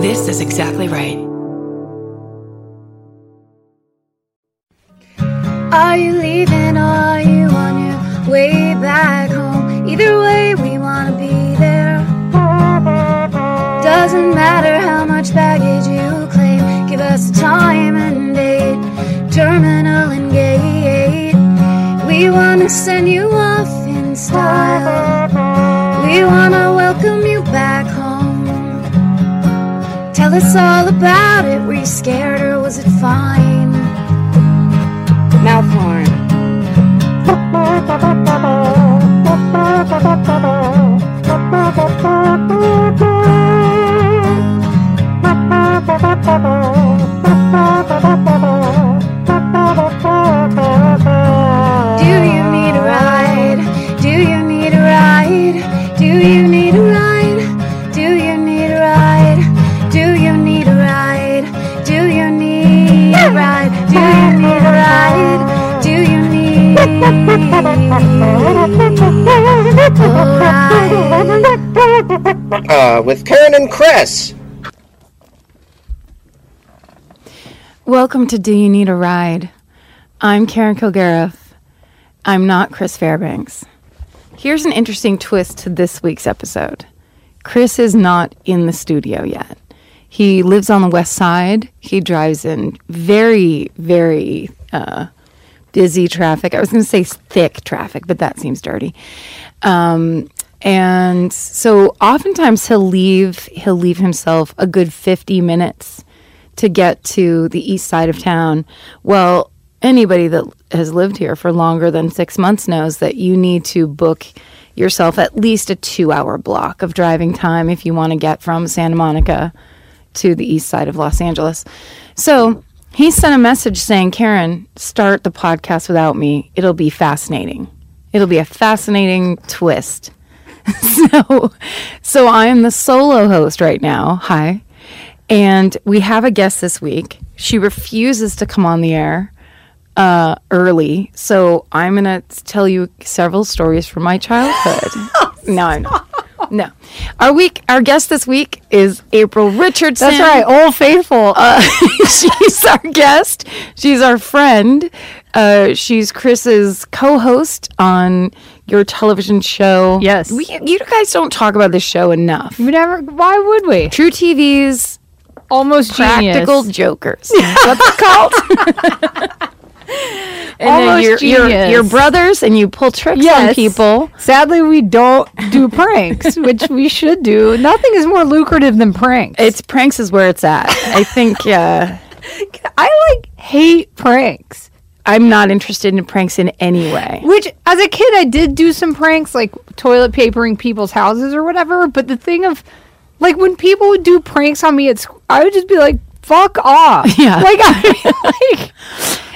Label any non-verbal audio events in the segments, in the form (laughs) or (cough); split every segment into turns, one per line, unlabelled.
This is exactly right.
Are you leaving or are you on your way back home? Either way, we wanna be there. Doesn't matter how much baggage you claim, give us a time and date, terminal and gate. We wanna send you off in style. We wanna welcome you back home. Tell us all about it. Were you scared or was it fine? Mouth horn. Do you need a ride? Do you need a ride? Do you need a ride? Do you need a ride? Do you need a ride? Do you need a ride? Do you need a ride? Do you need a ride?
(laughs) Uh, with Karen and Chris.
Welcome to Do You Need a Ride? I'm Karen Kilgariff. I'm not Chris Fairbanks. Here's an interesting twist to this week's episode Chris is not in the studio yet. He lives on the west side. He drives in very, very uh, busy traffic. I was going to say thick traffic, but that seems dirty. Um, and so oftentimes he'll leave he'll leave himself a good 50 minutes to get to the east side of town. Well, anybody that has lived here for longer than six months knows that you need to book yourself at least a two hour block of driving time if you want to get from Santa Monica to the east side of Los Angeles. So he sent a message saying, Karen, start the podcast without me. It'll be fascinating. It'll be a fascinating twist. (laughs) so, so I'm the solo host right now. Hi. And we have a guest this week. She refuses to come on the air uh, early. So I'm going to tell you several stories from
(laughs)
my childhood. no, I'm not. No. Our week, our guest this week is April Richardson.
That's right, Old Faithful.
Uh, (laughs) she's our guest. She's our friend. Uh, she's Chris's co-host on your television show.
Yes.
we, you guys don't talk about this show enough.
we never. Why would we?
True TV's
Almost
Practical
genius.
Jokers. What's it called? (laughs) and then
Almost
you're, you're,
genius.
you're brothers, and you pull tricks on
Yes.
people.
Sadly, we don't do pranks, which we should do. Nothing is more lucrative than pranks.
It's pranks is where it's at. I think. Uh,
I like hate pranks.
I'm not interested in pranks in any way.
Which, as a kid, I did do some pranks, like toilet papering people's houses or whatever. But the thing of, like, when people would do pranks on me at school, I would just be like, "Fuck off!"
(laughs) Yeah.
Like, I mean, (laughs) like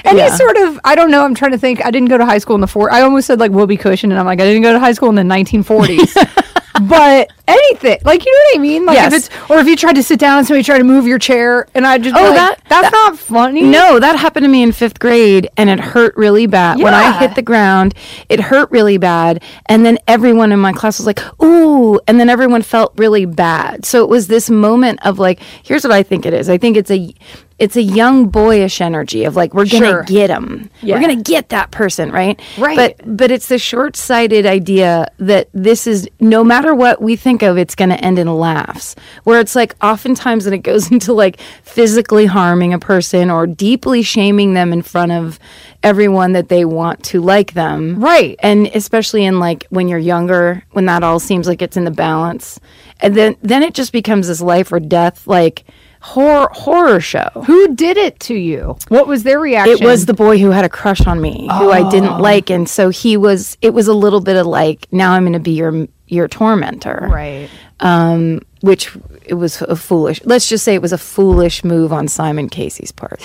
any
Yeah.
sort of, I don't know. I'm trying to think. I didn't go to high school in the four. I almost said like Whoopi Cushion, and I'm like, I didn't go to high school in the
(laughs)
1940s. but anything, like, you know what I mean? Like,
Yes.
if it's or if you tried to sit down and somebody tried to move your chair, and I just, be
Oh,
like,
that-
that's not funny.
No, that happened to me in fifth grade and it hurt really bad. When I
Yeah.
hit the ground, it hurt really bad. And then everyone in my class was like, ooh. And then everyone felt really bad. So it was this moment of like, here's what I think it is. I think it's a. It's a young boyish energy of like we're gonna
Sure.
get him,
Yeah.
we're gonna get that person, right?
Right.
But but it's the short-sighted idea that this is no matter what we think of it's going to end in laughs where it's like oftentimes when it goes (laughs) into like physically harming a person or deeply shaming them in front of everyone that they want to like them
Right.
and especially in like when you're younger when that all seems like it's in the balance and then then it just becomes this life or death like horror horror show
Who did it to you? What was their reaction?
it was the boy who had a crush on me, who I
Oh.
didn't like, and so he was. It was a little bit of like, now I'm going to be your your tormentor,
right.
Um, which it was a foolish. Let's just say it was a foolish move on Simon Casey's part.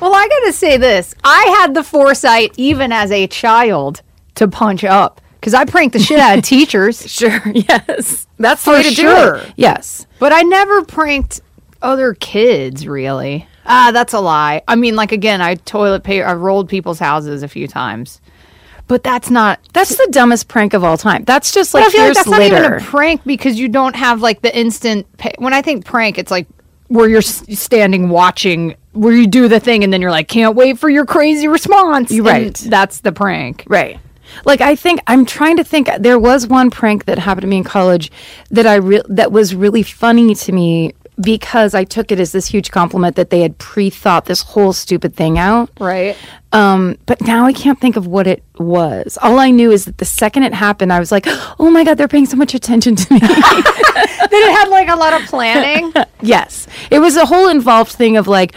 Well, I got to say this. I had the foresight, even as a child, to punch up because I pranked the shit (laughs) out of teachers,
sure, (laughs) yes, that's the
For
way to
sure.
do it. Yes,
but I never pranked other kids, really. Ah, that's a lie. I mean, like, again, I toilet paper, I rolled people's houses a few times, but that's not.
that's the dumbest prank of all time. That's just
But
like
I feel like
years
that's not
later.
even a prank because you don't have like the instant. Pay- when I think prank, it's like where you're s- standing watching where you do the thing and then you're like can't wait for your crazy response
You're
and
right.
that's the prank
Right. Like I think I'm trying to think there was one prank that happened to me in college that I re- that was really funny to me because I took it as this huge compliment that they had pre-thought this whole stupid thing out.
right
Um, but now I can't think of what it was. All I knew is that the second it happened, I was like, (gasps) "Oh my god, they're paying so much attention to me."
then it had like a lot of planning
Yes. It was a whole involved thing of like,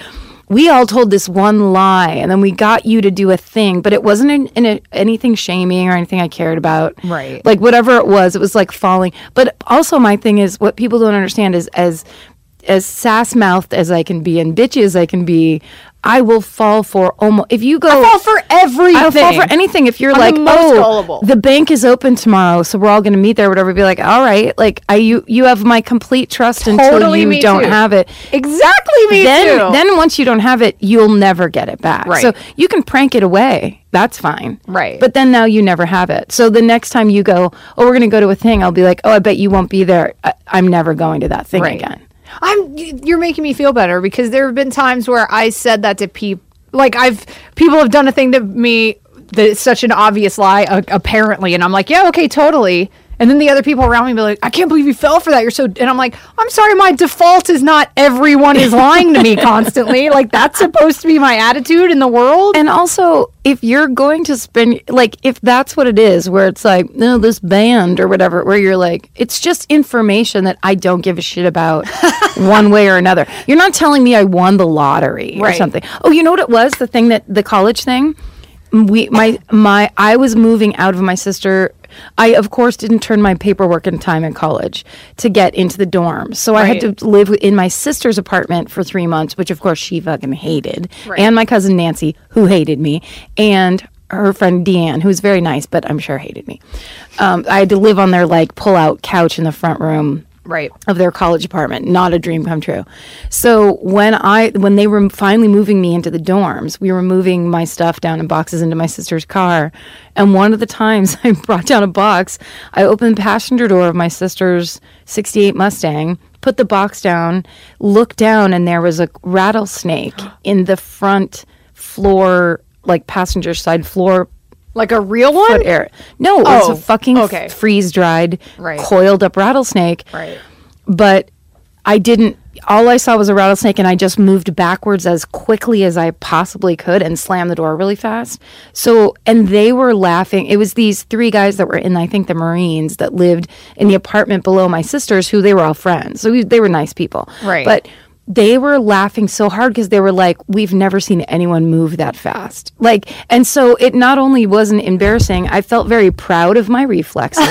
we all told this one lie and then we got you to do a thing, but it wasn't in, in a, anything shaming or anything I cared about.
Right.
Like, whatever it was, it was like falling. But also, my thing is what people don't understand is as as sass mouthed as I can be and bitchy as I can be, I will fall for almost. If you go.
fall for everything
I'll fall for anything if you're
I'm
like,
the most
oh,
gullible."
the bank is open tomorrow, so we're all going to meet there, whatever. Be like, all right, like I, you, you have my complete trust until
Totally
you
me
don't
too.
have it.
exactly me
then,
too
then once you don't have it, you'll never get it back.
Right.
So you can prank it away. That's fine.
Right.
But then now you never have it. So the next time you go, oh, we're going to go to a thing, I'll be like, oh, I bet you won't be there. I- I'm never going to that thing
Right.
again.
(laughs) I'm. y- You're making me feel better because there have been times where I said that to people. Like I've people have done a thing to me that's such an obvious lie, uh, apparently, and I'm like, yeah, okay, totally. And then the other people around me be like, I can't believe you fell for that. You're so. And I'm like, I'm sorry. My default is not everyone is lying (laughs) to me constantly. Like that's supposed to be my attitude in the world.
And also, if you're going to spend, like, if that's what it is, where it's like, no, this band or whatever, where you're like, it's just information that I don't give a
(laughs)
shit about one way or another. You're not telling me I won the lottery or
Right.
something. Oh, you know what it was? The thing that, the college thing? We, my, my, I was moving out of my sister. I, of course, didn't turn my paperwork in time in college to get into the dorm. So I had
Right.
to live in my sister's apartment for three months, which of course she fucking hated, and my cousin Nancy, who hated me, and her friend Deanne, who's very nice, but I'm sure hated me. Um, I had to live on their like pull out couch in the front room
Right.
of their college apartment. Not a dream come true. So when I when they were finally moving me into the dorms, we were moving my stuff down in boxes into my sister's car. And one of the times (laughs) I brought down a box, I opened the passenger door of my sister's 68 Mustang, put the box down, looked down and there was a rattlesnake in the front floor like passenger side floor
Like a real one.
foot area. No, it was
Oh,
a fucking
okay.
freeze dried,
Right.
coiled up rattlesnake.
Right.
But I didn't. All I saw was a rattlesnake, and I just moved backwards as quickly as I possibly could and slammed the door really fast. So, and they were laughing. It was these three guys that were in, I think, the Marines that lived in the apartment below my sister's, who they were all friends. So we, they were nice people.
Right.
But they were laughing so hard because they were like, we've never seen anyone move that fast. Like, and so it not only wasn't embarrassing, I felt very proud of my reflexes,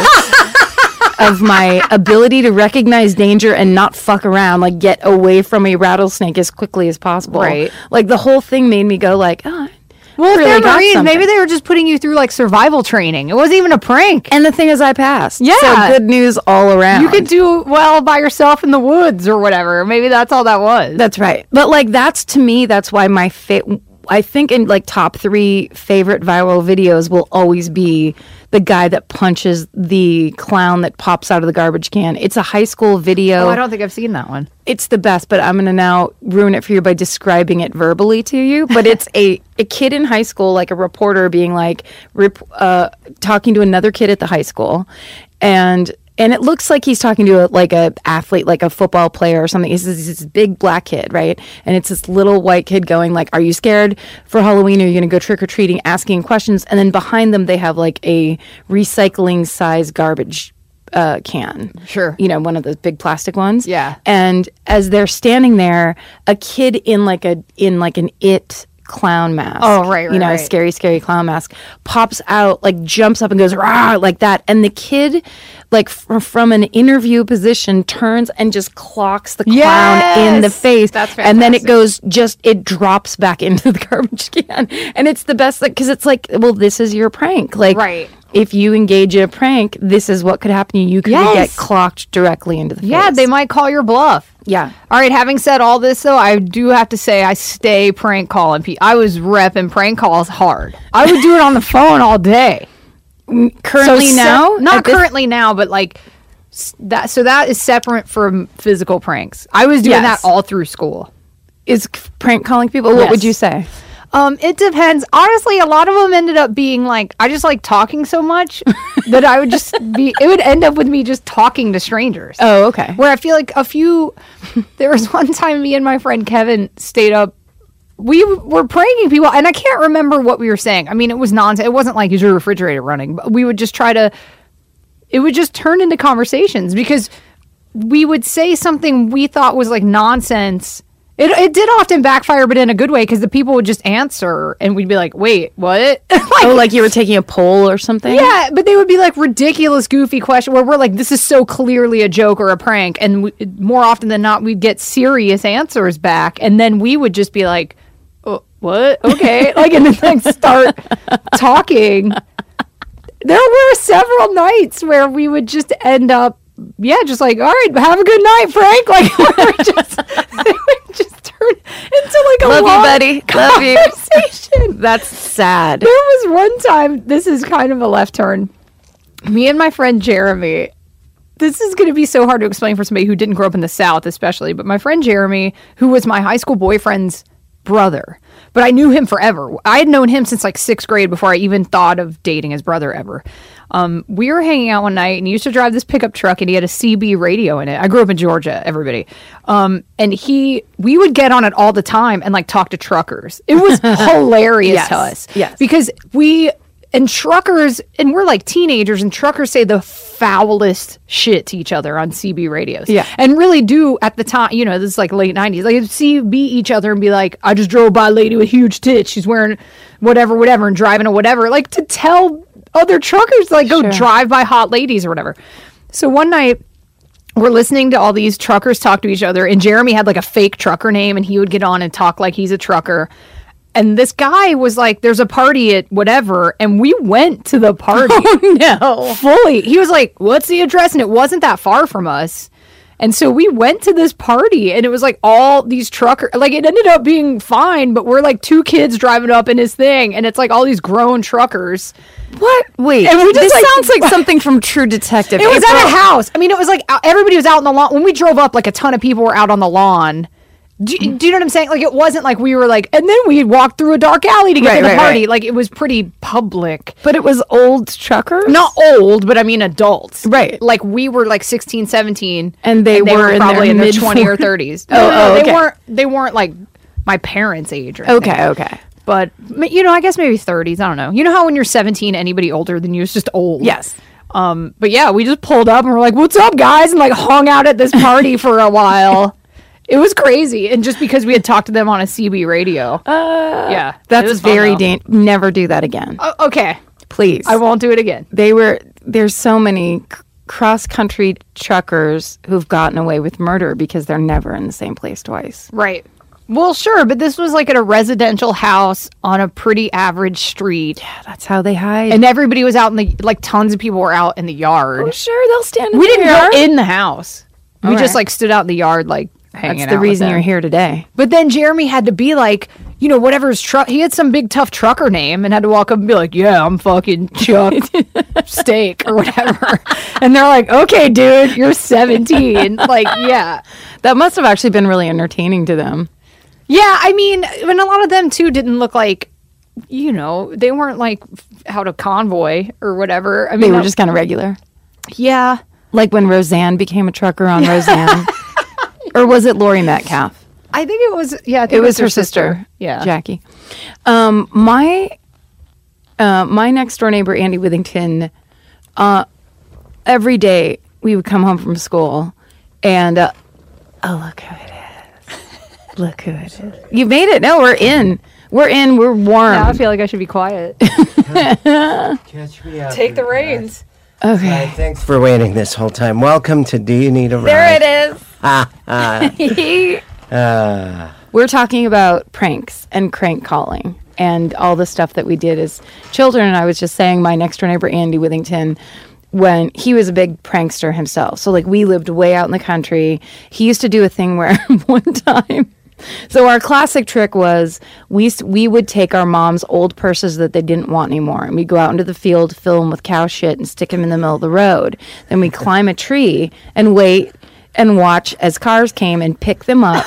of my ability to recognize danger and not fuck around, like get away from a rattlesnake as quickly as possible.
Right.
Like the whole thing made me go like, oh,
Well,
really
if they're
got
Marines,
something."
maybe they were just putting you through like survival training. It wasn't even a prank.
And the thing is, I passed.
Yeah.
So good news all around.
You could do well by yourself in the woods or whatever. Maybe that's all that was.
That's right. But like that's to me, that's why my fa- I think in like top three favorite viral videos will always be the guy that punches the clown that pops out of the garbage can. It's a high school video.
oh, I don't think I've seen that one.
it's the best, but I'm gonna now ruin it for you by describing it verbally to you. But it's a a kid in high school, like a reporter, being like rep, uh, talking to another kid at the high school, and and it looks like he's talking to a, like a athlete, like a football player or something. He's this, he's this big black kid, right? And it's this little white kid going like, "Are you scared for Halloween? Are you gonna go trick or treating?" Asking questions, and then behind them they have like a recycling size garbage uh, can.
Sure.
You know, one of those big plastic ones.
Yeah.
And as they're standing there, a kid in like a in like an it clown mask.
Oh, right, right,
You know, a
right.
scary, scary clown mask pops out, like jumps up and goes rah like that. And the kid, like f- from an interview position, turns and just clocks the clown in the
Yes!
face.
That's
And then it
fantastic.
goes just it drops back (laughs) into the garbage can, and it's the best because it's like, well, this is your prank, like
Right.
If you engage in a prank, this is what could happen. to You You could
Yes.
get clocked directly into the face.
Yeah, they might call your bluff.
Yeah.
All right. Having said all this, though, I do have to say I stay prank calling. pe- I was repping prank calls hard. I would do it on the phone all day.
(laughs) currently
se-
now
not
at this-
currently now, but like S- That so that is separate from physical pranks. I was doing
Yes.
that all through school.
Is c- prank calling people? What
Yes.
would you say?
Um, it depends. Honestly, a lot of them ended up being like, I just like talking so
(laughs)
much that I would just be. It would end up with me just talking to strangers.
Oh, okay.
Where I feel like a few. (laughs) There was one time me and my friend Kevin stayed up. We were pranking people, and I can't remember what we were saying. I mean, it was nonsense. It wasn't like is your refrigerator running, but we would just try to. It would just turn into conversations because we would say something we thought was like nonsense. It, it did often backfire, but in a good way because the people would just answer and we'd be like, wait, what? (laughs) like,
Oh, like you were taking a poll or something?
yeah, but they would be like ridiculous, goofy question where we're like, this is so clearly a joke or a prank, and we, more often than not, we'd get serious answers back, and then we would just be like, "Oh, "What?
(laughs)
Okay," like, and then like start talking. There were several nights where we would just end up, yeah, just like, "All right, have a good night, Frank." (laughs) Like, we were just, (laughs) it would just turn into like a
Love you,
long
buddy. Love you.
conversation.
That's sad.
There was one time, this is kind of a left turn. Me and my friend Jeremy, this is going to be so hard to explain for somebody who didn't grow up in the South, especially, but my friend Jeremy, who was my high school boyfriend's brother, but I knew him forever. I had known him since like sixth grade before I even thought of dating his brother ever. Um, we were hanging out one night and he used to drive this pickup truck and he had a CB radio in it. I grew up in Georgia, everybody. Um, and he, we would get on it all the time and like talk to truckers. It
(laughs)
was hilarious
Yes.
to us.
Yes.
Because we and truckers and we're like teenagers and truckers say the foulest shit to each other on CB radios.
Yeah.
And really do at the time, you know, this is like late 90s. Like CB each other and be like, I just drove by a lady with huge tits. She's wearing whatever, whatever, and driving a whatever. Like to tell other truckers, like, go drive by hot ladies or whatever. So one night, we're listening to all these truckers talk to each other and jeremy had like a fake trucker name and he would get on and talk like he's a trucker and this guy was like there's a party at whatever and we went to the
(laughs)
party
Oh, No.
fully he was like what's the address and it wasn't that far from us and so we went to this party and it was like all these trucker like it ended up being fine but we're like two kids driving up in his thing and it's like all these grown truckers
What? Wait.
And we just,
this
like-
sounds
(laughs)
like something from True Detective.
It was
April.
at a house. I mean, it was like out- everybody was out on the lawn. When we drove up, like a ton of people were out on the lawn. Do, do you know what I'm saying? Like it wasn't like we were like, and then we walked through a dark alley to get
Right,
to the
right,
party.
right.
Like it was pretty public.
But it was old trucker.
Not old, but I mean adults.
Right.
Like we were like 16, 17.
And they were in their
probably in their
mid-
20 or 30s. (laughs) No,
Oh,
no, no,
oh,
they
okay.
weren't they weren't like my parents' age or anything.
Okay. Okay.
But m- you know, I guess maybe 30s, I don't know. You know how when you're 17 anybody older than you is just old.
Yes.
Um, but yeah, we just pulled up and we're like, "What's up, guys?" and like hung out at this (laughs) party for a while. It was crazy, and just because we had talked to them on a CB radio. yeah, Uh, it
That's
was fun,
very
though.
dan- Never do that again,
O- okay,
please.
I won't do it again.
they were. There's so many cross country truckers who've gotten away with murder because they're never in the same place twice.
Right. Well, sure, but this was like at a residential house on a pretty average street,
That's how they hide.
and everybody was out in the like tons of people were out in the yard.
I'm sure they'll stand.
we didn't go in the house. we just
right.
like stood out in the yard, like hanging
That's
out
the
with
reason
them.
you're here today.
But then Jeremy had to be like, you know, whatever's truck. He had some big tough trucker name and had to walk up and be like, "Yeah, I'm fucking
(laughs)
Chuck Steak or whatever." and they're like, "Okay, dude, you're 17." like, yeah,
That must have actually been really entertaining to them.
yeah. I mean, and a lot of them too didn't look like, you know, they weren't like f- out of convoy or whatever. I mean,
They were
that-
just kind of regular. Uh.
yeah.
Like when Roseanne became a trucker on (laughs) Roseanne. or was it Lori Metcalf?
I think it was yeah. I think
It was her sister,
Yeah.
Jackie. Um, my uh, my next door neighbor, Andy Withington, uh, every day we would come home from school and, uh, oh, look who it is. Look who it is. You made it. No, we're in. We're in. We're warm.
Now I feel like I should be
(laughs)
quiet.
Catch me out.
reins.
Hi, thanks for waiting this whole time. Welcome to Do You Need a Ride?
it is. We're talking about pranks and crank calling and all the stuff that we did as children. And I was just saying, my next door neighbor, Andy Withington, when he was a big prankster himself. So, like, we lived way out in the country. He used to do a thing where (laughs) one time So our classic trick was we s- we would take our mom's old purses that they didn't want anymore, and we'd go out into the field, fill them with cow shit, and stick them in the middle of the road. Then we'd climb a tree and wait and watch as cars came and pick them up.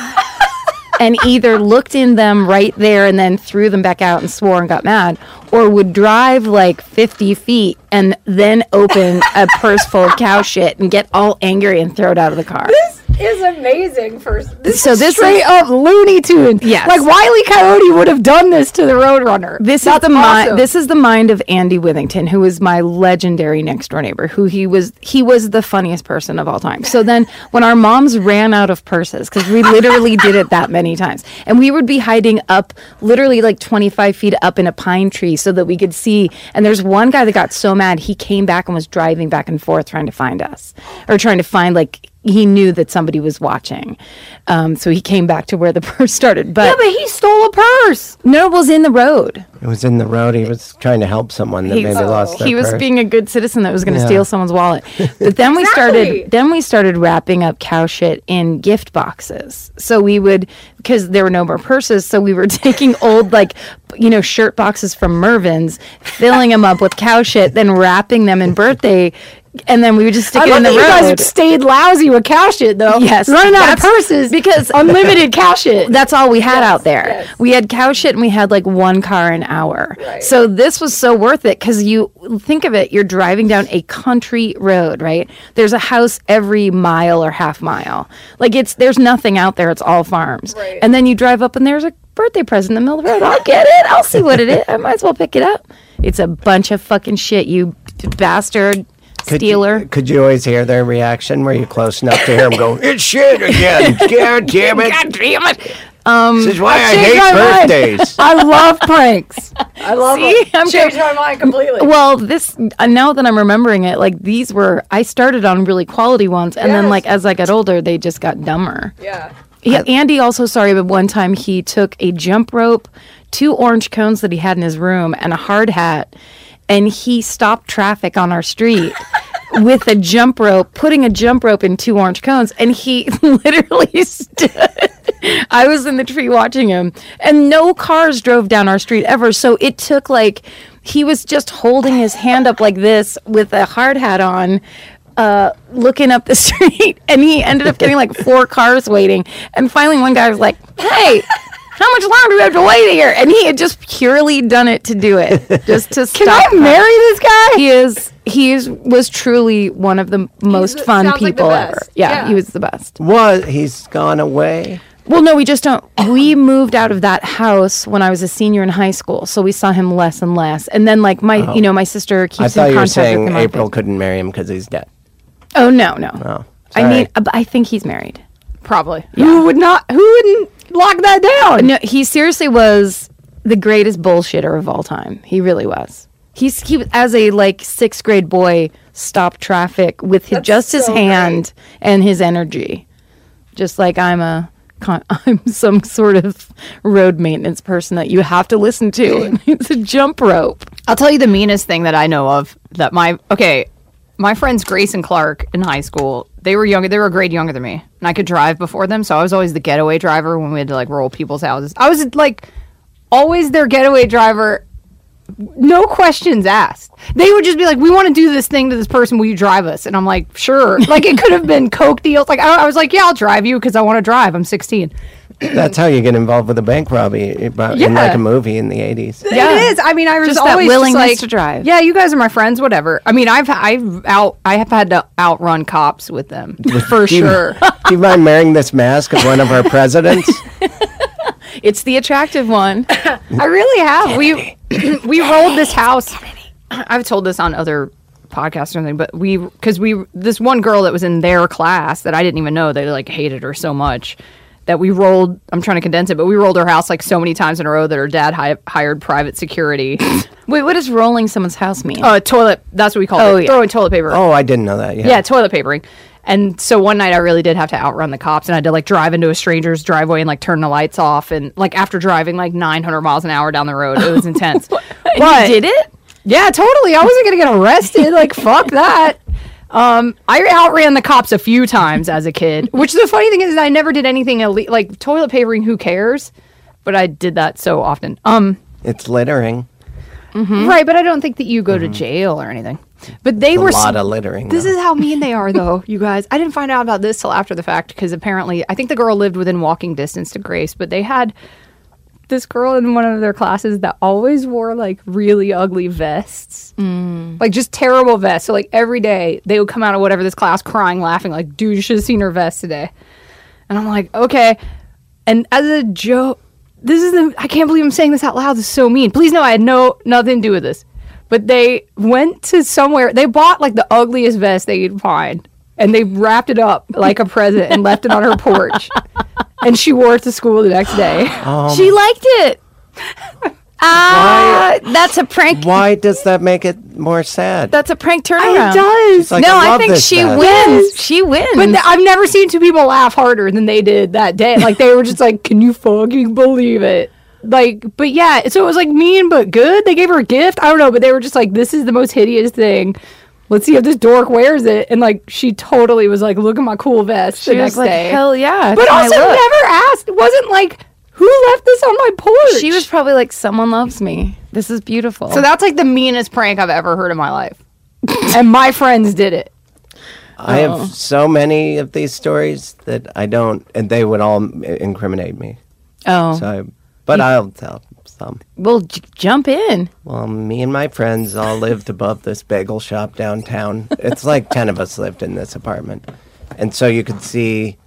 And either looked in them right there and then threw them back out and swore and got mad, or would drive like 50 feet and then open a purse full of cow shit and get all angry and throw it out of the car.
is amazing for this
so this
straight
is,
up Looney Tunes.
Yes.
like Wiley Coyote would have done this to the Roadrunner.
This
That's
is the
awesome.
mind. This is the mind of Andy Withington, who is my legendary next door neighbor. Who he was, he was the funniest person of all time. So then, when our moms ran out of purses, because we literally did it that many times, and we would be hiding up, literally like twenty five feet up in a pine tree, so that we could see. And there's one guy that got so mad, he came back and was driving back and forth trying to find us, or trying to find like he knew that somebody was watching. Um, so he came back to where the (laughs) purse started, but,
Yeah, but he stole a purse.
no, it was in the road.
It was in the road. He was trying to help someone that
He-
maybe lost their
he was
purse.
being a good citizen that was going to
Yeah.
steal someone's wallet but then we
Exactly.
started then we started wrapping up cow shit in gift boxes so we would because there were no more purses so we were (laughs) taking old like you know shirt boxes from mervin's filling them up with cow shit then wrapping them in birthday and then we would just stick
I
it
love
in the
that you guys
road
have stayed lousy with cow shit though.
Yes,
running out of
that's-
purses
because- (laughs)
unlimited cow shit.
that's all we had out there. We had cow shit and we had like one car an hour. So this was so worth it because you think of it, you're driving down a country road, right? There's a house every mile or half mile. Like it's there's nothing out there. It's all farms.
Right.
And then you drive up and there's a birthday present in the middle of the road. I'll get it. I'll see what it is. I might as well pick it up. It's a bunch of fucking shit, you bastard stealer.
You, could you always hear their reaction? Were you close enough to hear them go, "It's shit
(laughs)
again! God damn it! Um,
God damn it. Um,
this is why I,
changed my mind.
hate birthdays."
I love pranks. (laughs) I love
See?
them.
I'm
Changed my mind completely.
Well, this uh, now that I'm remembering it, like these were I started on really quality ones, and then
Yes.
like as I got older, they just got dumber.
yeah.
Yeah, Andy also sorry, but one time he took a jump rope, two orange cones that he had in his room, and a hard hat, and he stopped traffic on our street.
(laughs)
With a jump rope, putting a jump rope in two orange cones, and he (laughs) literally stood. (laughs) I was in the tree watching him, and no cars drove down our street ever. So it took like he was just holding his hand up like this with a hard hat on, uh, looking up the (laughs) street, and he ended up getting like four cars waiting. And finally, one guy was like, "Hey." How much longer do we have to wait here? And he had just purely done it to do it, just
(laughs)
to
Can
stop.
I marry this guy?
He is. He is, was truly one of the most
the-
fun
sounds like the
people ever.
best.
yeah,
Yeah.
he was the best.
Was he's gone away?
Well, no, we just don't. We moved out of that house when I was a senior in high school, so we saw him less and less. And then, like my, you know, my sister keeps
Oh. I thought
in
you were
contact with
saying
him. on
April
Facebook.
couldn't marry him because he's dead.
Oh no, no.
Oh,
I mean,
sorry.
uh, but I think he's married.
Probably. Who would not? Who wouldn't lock that down?
No, he seriously was the greatest bullshitter of all time. He really was. He's he was- as a like sixth grade boy stopped traffic with his, just his
so
hand and his energy, just like I'm a. Con- (laughs) I'm some sort of road maintenance person that you have to
(laughs)
listen to. It's a jump rope.
I'll tell you the meanest thing that I know of that my okay, my friends Grace and Clark in high school, they were younger, they were a grade younger than me, and I could drive before them, so I was always the getaway driver when we had to like roll people's houses. I was like always their getaway driver. No questions asked. They would just be like, "We want to do this thing to this person. Will you drive us?" And I'm like, "Sure." Like it could have been coke deals. Like I, I was like, "Yeah, I'll drive you because I want to drive. I'm 16."
That's how you get involved with a bank robbery about, in like
Yeah.
a movie in the eighties.
Yeah.
It is. I mean, I was
Just that
always
willingness
just like,
to drive.
Yeah, you guys are my friends. Whatever. I mean, I've I've out I have had to outrun cops with
(laughs)
them (laughs) for sure.
Do you mind wearing this mask of one of
(laughs)
our presidents?
It's the attractive one.
I really have. We (clears throat) we rolled this house. (clears throat) I've told this on other podcasts or something, but we because we this one girl that was in their class that I didn't even know they like hated her so much that we rolled. I'm trying to condense it, but we rolled her house like so many times in a row that her dad hi- hired private security.
(laughs) Wait, what does rolling someone's house mean?
uh, toilet. That's what we call
Oh,
it.
yeah.
Throwing toilet paper.
oh, I didn't know that.
Yeah, toilet papering. And so one night I really did have to outrun the cops and I had to like drive into a stranger's driveway and like turn the lights off and like after driving like 900 miles an hour down the road, it was
(laughs)
intense.
And you
But-
did it?
Yeah, totally. I wasn't going to get arrested. Like fuck that. Um, I outran the cops a few times as a kid, which the funny thing is, I never did anything illegal, like toilet papering. Who cares? But I did that so often. Um,
It's littering.
Mm-hmm.
right, but I don't think that you go to jail or anything. But they were
a lot
s-
of littering.
This
though.
is how mean they are, though, you guys. I didn't find out about this till after the fact because apparently, I think the girl lived within walking distance to Grace, but they had this girl in one of their classes that always wore like really ugly vests,
Mm-hmm.
like just terrible vests. So like every day they would come out of whatever this class crying, laughing, like, "Dude, you should have seen her vest today." And I'm like, okay. And as a joke, this is the, I can't believe I'm saying this out loud. This is so mean. Please no, I had no nothing to do with this. But they went to somewhere. They bought like the ugliest vest they could find, and they wrapped it up like a present and left it on her porch. (laughs) And she wore it to school the next day.
she liked it. Ah, that's a prank.
Why does that make it more sad?
That's a prank turnaround.
it does.
like,
no,
I
I,
love
think
this
she
bad.
wins. She wins.
But th- I've never seen two people laugh harder than they did that day. Like they were just like, "Can you fucking believe it?" Like, but yeah. So it was like mean but good. They gave her a gift. I don't know, but they were just like, "This is the most hideous thing." Let's see if this dork wears it. And like, she totally was like, "Look at my cool vest." the
she was
next
like,
day.
hell yeah.
but
it's my
also
look.
never asked. It wasn't like, "Who left this on my porch?"
she was probably like, someone loves me. This is beautiful.
So that's like the meanest prank I've ever heard in my life. (laughs) and my friends did it.
I
Oh.
have so many of these stories that I don't, and they would all m- incriminate me.
oh,
So, I, but I'll tell some.
well, j- jump in.
Well, me and my friends all lived above this bagel shop downtown. It's like 10 of us lived in this apartment. And so you could see,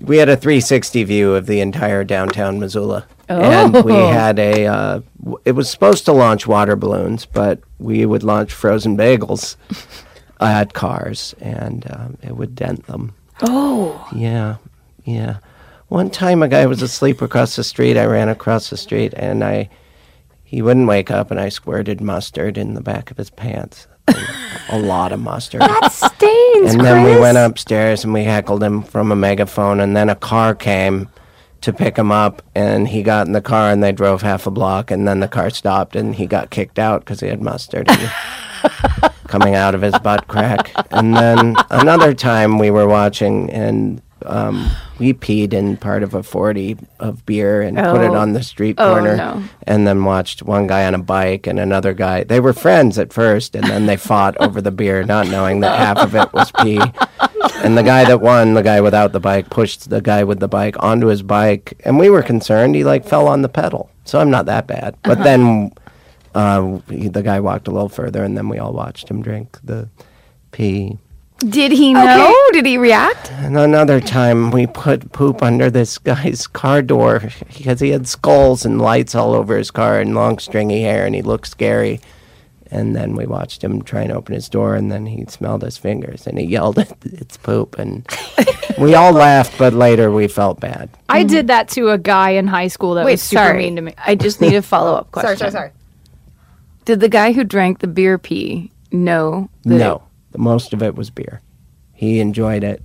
we had a 360 view of the entire downtown Missoula. And we
Oh.
had a, uh, w- it was supposed to launch water balloons, but we would launch frozen bagels (laughs) at cars and um, it would dent them. Oh. Yeah. Yeah. One time a guy was asleep across the street. I ran across the street and I, he wouldn't wake up, and I squirted mustard in the back of his pants. a lot of mustard.
Stains.
and then we went upstairs and we heckled him from a megaphone, and then a car came to pick him up, and he got in the car and they drove half a block, and then the car stopped and he got kicked out because he had mustard.
(laughs)
in- coming out of his butt crack. And then another time we were watching and um, we peed in part of a 40 of beer and put it
Oh.
on the street
Oh,
corner
no.
and then watched one guy on a bike and another guy. They were friends at first and then they fought over the beer, not knowing that half of it was pee. And the guy that won, the guy without the bike, pushed the guy with the bike onto his bike. And we were concerned. He like fell on the pedal. So I'm not that bad. But
Uh-huh.
then uh, he- the guy walked a little further, and then we all watched him drink the pee.
Did he know? Did he react?
And another time, we put poop under this guy's car door because he had skulls and lights all over his car and long stringy hair, and he looked scary. And then we watched him try and open his door, and then he smelled his fingers and he yelled, "It's poop!" And we all laughed, but later we felt bad.
I did that to a guy in high school that
Wait,
was super
sorry.
mean to me.
I just need a follow up question.
Sorry, sorry, sorry.
Did the guy who drank the beer pee know? That
No, most of it was beer. He enjoyed it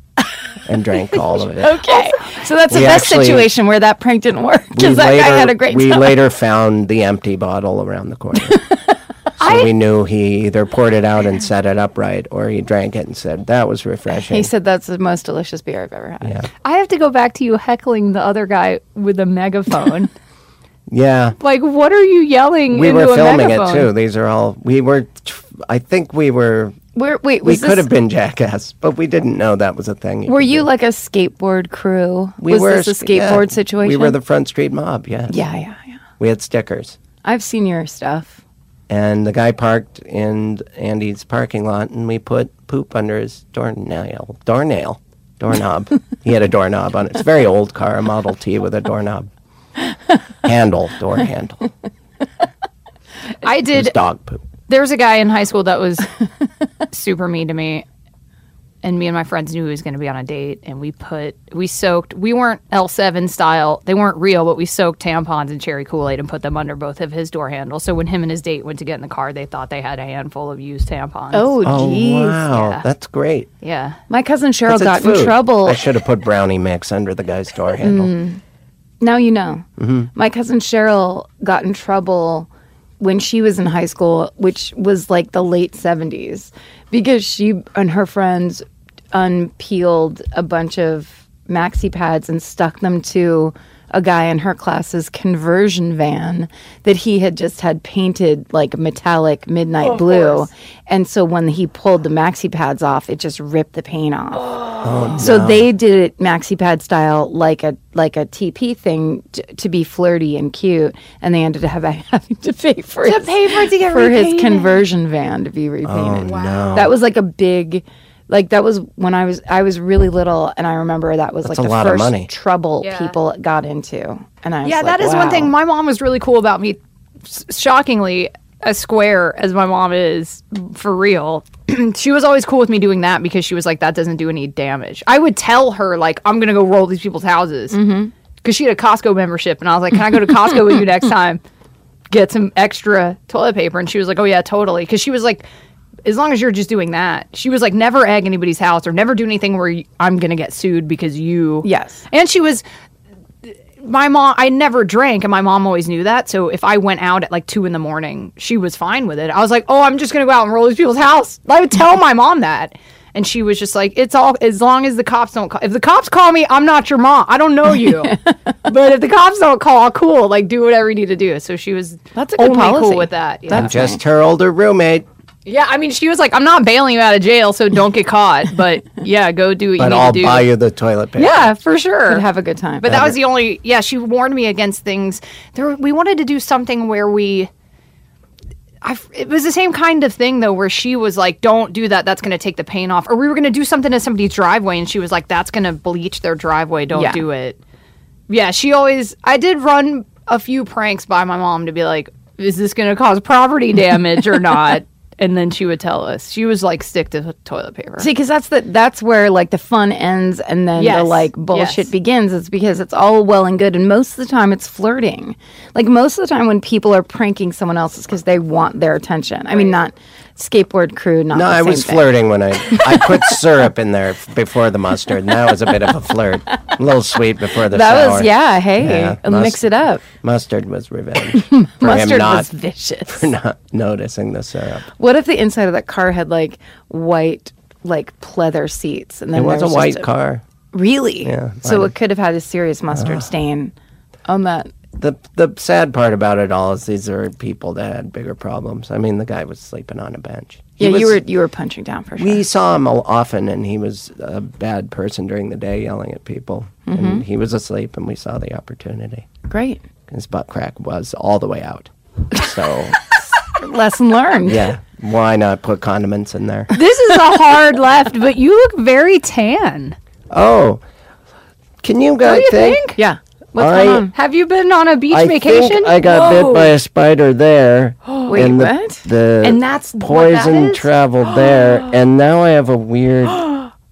and drank all of it.
Okay. So that's the
We
best
actually-
situation where that prank didn't work
we
because that guy had a great
we
time.
later found the empty bottle around the
(laughs)
corner. so we knew he either poured it out and set it upright or he drank it and said, that was refreshing.
He said that's the most delicious beer I've ever had.
yeah.
I have to go back to you heckling the other guy with a
(laughs)
megaphone. (laughs)
yeah.
like, what are you yelling
We
into
were
a
filming it
megaphone?
too. These are all, we were, tr- I think we were,
Where, wait,
we
was
could
this,
have been jackass, but we didn't know that was a thing.
Were
could
you
do.
like a skateboard crew?
we
was
were,
this a
yeah.
skateboard situation?
We were the front street mob, yes.
yeah, yeah, yeah.
We had stickers.
I've seen your stuff.
and the guy parked in Andy's parking lot, and we put poop under his doornail, doornail, doorknob. he had a doorknob on it. It's a very old car, a Model T with a doorknob handle, door handle.
I
It was
did.
dog poop.
There was a guy in high school that
(laughs)
was super mean to me, and me and my friends knew he was going to be on a date, and we put we soaked. We weren't L seven style. They weren't real, but we soaked tampons in cherry Kool Aid and put them under both of his door handles. So when him and his date went to get in the car, they thought they had a handful of used tampons.
Oh,
Oh
jeez.
wow,
yeah.
that's great.
yeah.
My cousin Cheryl
'Cause it's
got in
food.
trouble.
I should have put brownie mix under the guy's door handle.
Now you know. My cousin Cheryl got in trouble when she was in high school, which was like the late 70s, because she and her friends unpeeled a bunch of maxi pads and stuck them to a guy in her class's conversion van that he had just had painted like metallic midnight blue. And so when he pulled the maxi pads off, it just ripped the paint off. So they did it maxi pad style, like a like a TP thing, t- to be flirty and cute, and they ended up having, (laughs) having to pay for to his,
pay for it to get
for his
repainted.
conversion van to be repainted.
Wow. Oh, no.
that was like a big, like that was when I was I was really little, and I remember that was
a
like the
lot of
first
money.
trouble
Yeah.
people got into, and I was
Yeah,
like,
that is one
wow.
thing. My mom was really cool about me. S- shockingly, as square as my mom is, for real, (clears throat) she was always cool with me doing that because she was like, "That doesn't do any damage." I would tell her like, "I'm gonna go roll these people's houses," because
Mm-hmm.
she had a Costco membership, and I was like, "Can I go to Costco with you
(laughs)
next time? Get some extra toilet paper?" And she was like, "Oh yeah, totally," because she was like. As long as you're just doing that, she was like, never egg anybody's house or never do anything where y- I'm gonna get sued because you.
Yes.
And she was my mom i never drank and my mom always knew that so if i went out at like two in the morning she was fine with it i was like oh i'm just gonna go out and roll these people's house i would tell my mom that and she was just like it's all as long as the cops don't call if the cops call me i'm not your mom i don't know
(laughs)
you but if the cops don't call cool like do whatever you need to do so she was
That's a good
only
policy.
cool with that yeah.
That's-
Just her older roommate,
yeah i mean she was like i'm not bailing you out of jail so don't get caught but yeah go do what you
but
need
I'll
to do
buy you the toilet paper.
yeah for sure
Could have a good time,
But that was the only. Yeah, she warned me against things. There, were- we wanted to do something where we. I, f- it was the same kind of thing though, where she was like, "Don't do that. That's going to take the paint off." Or we were going to do something to somebody's driveway, and she was like, "That's going to bleach their driveway. Don't
Yeah.
do it." Yeah, she always. I did run a few pranks by my mom to be like, "Is this going to cause property damage (laughs) or not?" And then she would tell us. She was like, "Stick to toilet paper."
See, because that's the that's where like the fun ends and then the
Yes.
like bullshit
Yes.
begins. It's because it's all well and good, and most of the time it's flirting. Like most of the time when people are pranking someone else, it's because they want their attention. I mean, not skateboard crew. Not
No,
the
I
same
was
thing.
flirting when I
(laughs)
I put syrup in there f- before the mustard, and that was a bit of a flirt. A little sweet before the
That
sour.
was yeah. Hey,
Yeah,
uh,
must-
mix it up.
Mustard was
(laughs)
revenge for him
Mustard
not (laughs)
was vicious.
not noticing the syrup.
What if the inside of that car had like white like pleather seats? And then
It was
there
a
just
white car.
Really?
Yeah,
So
mine-
it could have had a serious mustard stain on that.
The the sad part about it all is these are people that had bigger problems. I mean, the guy was sleeping on a bench. He
Yeah, you
was-
were you were punching down for sure.
We saw him o- often, and he was a bad person during the day, yelling at people.
Mm-hmm.
And he was asleep, and we saw the opportunity.
Great.
His butt crack was all the way out. So (laughs)
Lesson learned.
yeah, why not put condiments in there?
this is a hard left, but you look very tan.
Oh, can you guys
do you
think?
think?
Yeah. What's
I-
going on?
Have you been on a beach
I
vacation?
think I got bit by a spider there. Wait, the,
what?
The
And that's what that
poison
is?
traveled there, and now I have a weird.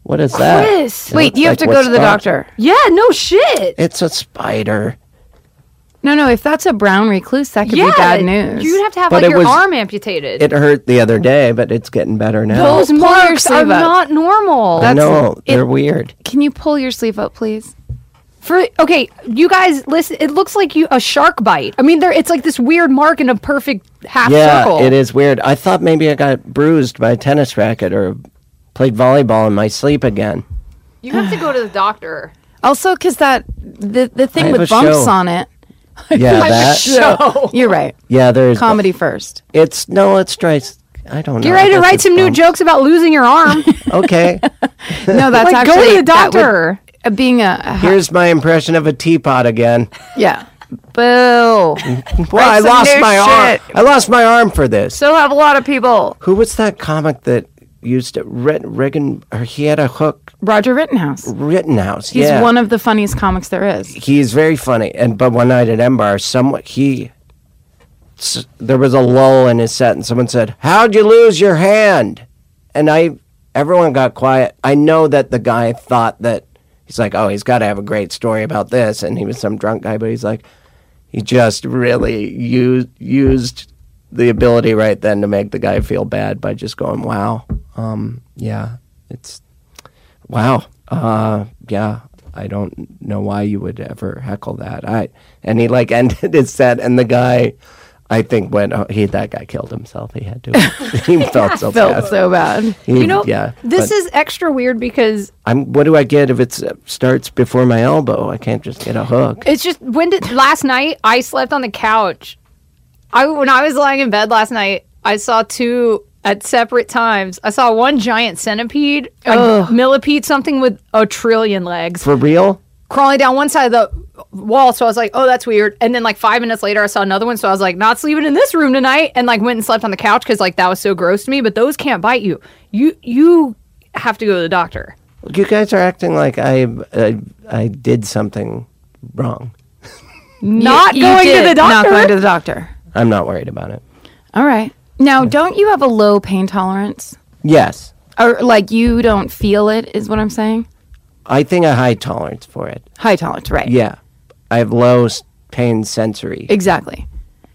What is that?
Chris!
It
Wait,
looks
you have
like
to go
what's
to the
wrong-
doctor.
Yeah, no shit.
It's a spider.
No, no. If that's a brown recluse, that could
yeah,
be bad news.
You'd have to have
But
like
it
your
was-
arm amputated.
It hurt the other day, but it's getting better now.
Those
Pull your
marks are
sleeve up.
not normal.
I know
it-
they're weird.
Can you pull your sleeve up, please?
For okay, you guys listen. It looks like you a shark bite. I mean, there it's like this weird mark in a perfect half
(laughs) Yeah,
circle.
it is weird. I thought maybe I got bruised by a tennis racket or played volleyball in my sleep again.
You have to go to the doctor.
Also, because that the the
I
thing
have
with
a
bumps
show.
on it.
Yeah, that.
You're right.
Yeah, there's
Comedy first.
It's no, it's tries. I don't know.
You're ready to write some new
jokes.
jokes about losing your arm.
Okay,
No, that's
like, go
actually
to the
that would-
doctor.
uh, being a, a hot-
here's my impression of a teapot again.
yeah. Boo.
Well, I
some
lost
new
my
shit.
arm. I lost my arm for this.
Still have a lot of people.
Who was that comic that used to Re- Reagan? Or he had a hook.
Roger Rittenhouse.
Rittenhouse.
He's
yeah.
one of the funniest comics there is.
he's very funny. And but one night at M Bar, someone he s- there was a lull in his set, and someone said, "How'd you lose your hand?" And I, everyone got quiet. I know that the guy thought that he's like, "Oh, he's got to have a great story about this," and he was some drunk guy, but he's like, he just really used used the ability right then to make the guy feel bad by just going, "Wow, um, yeah, it's Wow. Uh, yeah. I (laughs) don't know why you would ever heckle that. I and he like ended his set, and the guy I think when uh, he that guy killed himself, he
(laughs)
had to. he felt so
Felt
bad.
so bad.
He-
You know,
yeah.
this
but
is extra weird because
I'm. What do I get if it starts before my elbow? I can't just get a hook.
It's just when did last night I slept on the couch. I when I was lying in bed last night, I saw two at separate times. I saw one giant centipede, a millipede, something with a trillion legs
For real?
crawling down one side of the wall. So I was like, "Oh, that's weird." And then like five minutes later, I saw another one. So I was like, "Not sleeping in this room tonight," and like went and slept on the couch because like that was so gross to me. But those can't bite you. You you have to go to the doctor.
You guys are acting like I I, I did something wrong.
Not
You- you
going to
did
the doctor.
Not going to the doctor.
I'm not worried about it.
All right. Now, don't you have a low pain tolerance?
Yes,
Or like you don't feel it is what I'm saying?
I think a high tolerance for it.
High tolerance, right.
Yeah, I have low s- pain sensory.
Exactly.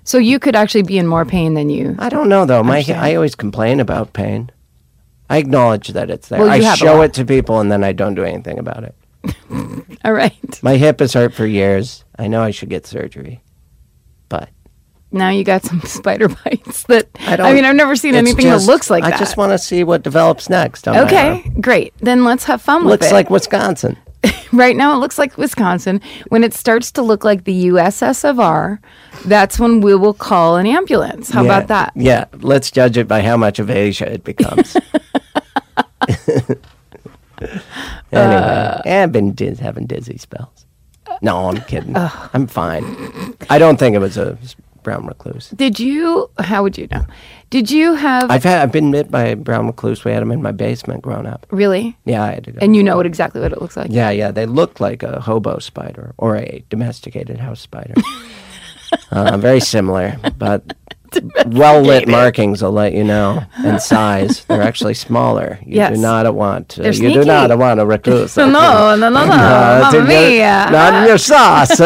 So you could actually be in more pain than you.
I don't know though. My I always complain about pain. I acknowledge that it's there.
Well, you
I
have a
show
lot.
it to people and then I don't do anything about it.
All right.
My hip has hurt for years. I know I should get surgery, but
Now you got some (laughs) spider bites that I,
don't.
mean, I've never seen
it's
anything
just-
that looks like
I
that.
just want to see what develops next. on my arm.
Okay, great. Then let's have fun with
Looks
it.
like Wisconsin.
right now it looks like Wisconsin. When it starts to look like the USS of R, that's when we will call an ambulance. How
Yeah.
about that?
Yeah, let's judge it by how much of Asia it
(laughs)
becomes. (laughs) anyway,
Uh,
I've been diz- having dizzy spells. No, I'm kidding.
uh,
I'm fine. I don't think it was a s- brown recluse.
Did you? How would you know? Did you have
I've had I've been bit by a brown recluse. We had them in my basement growing up.
really?
Yeah, I had to go.
And you know what exactly what it looks like.
yeah, yeah, they looked like a hobo spider or a domesticated house
(laughs)
spider. uh, very similar, but well lit markings will let you know. And size, they're actually smaller. You
Yes.
do not want. Uh,
They're
you do not
sneaky.
want a recluse. (laughs)
(laughs) No, no, no, no,
it's
mamma
in your-
mia.
Not
(laughs)
in your sauce.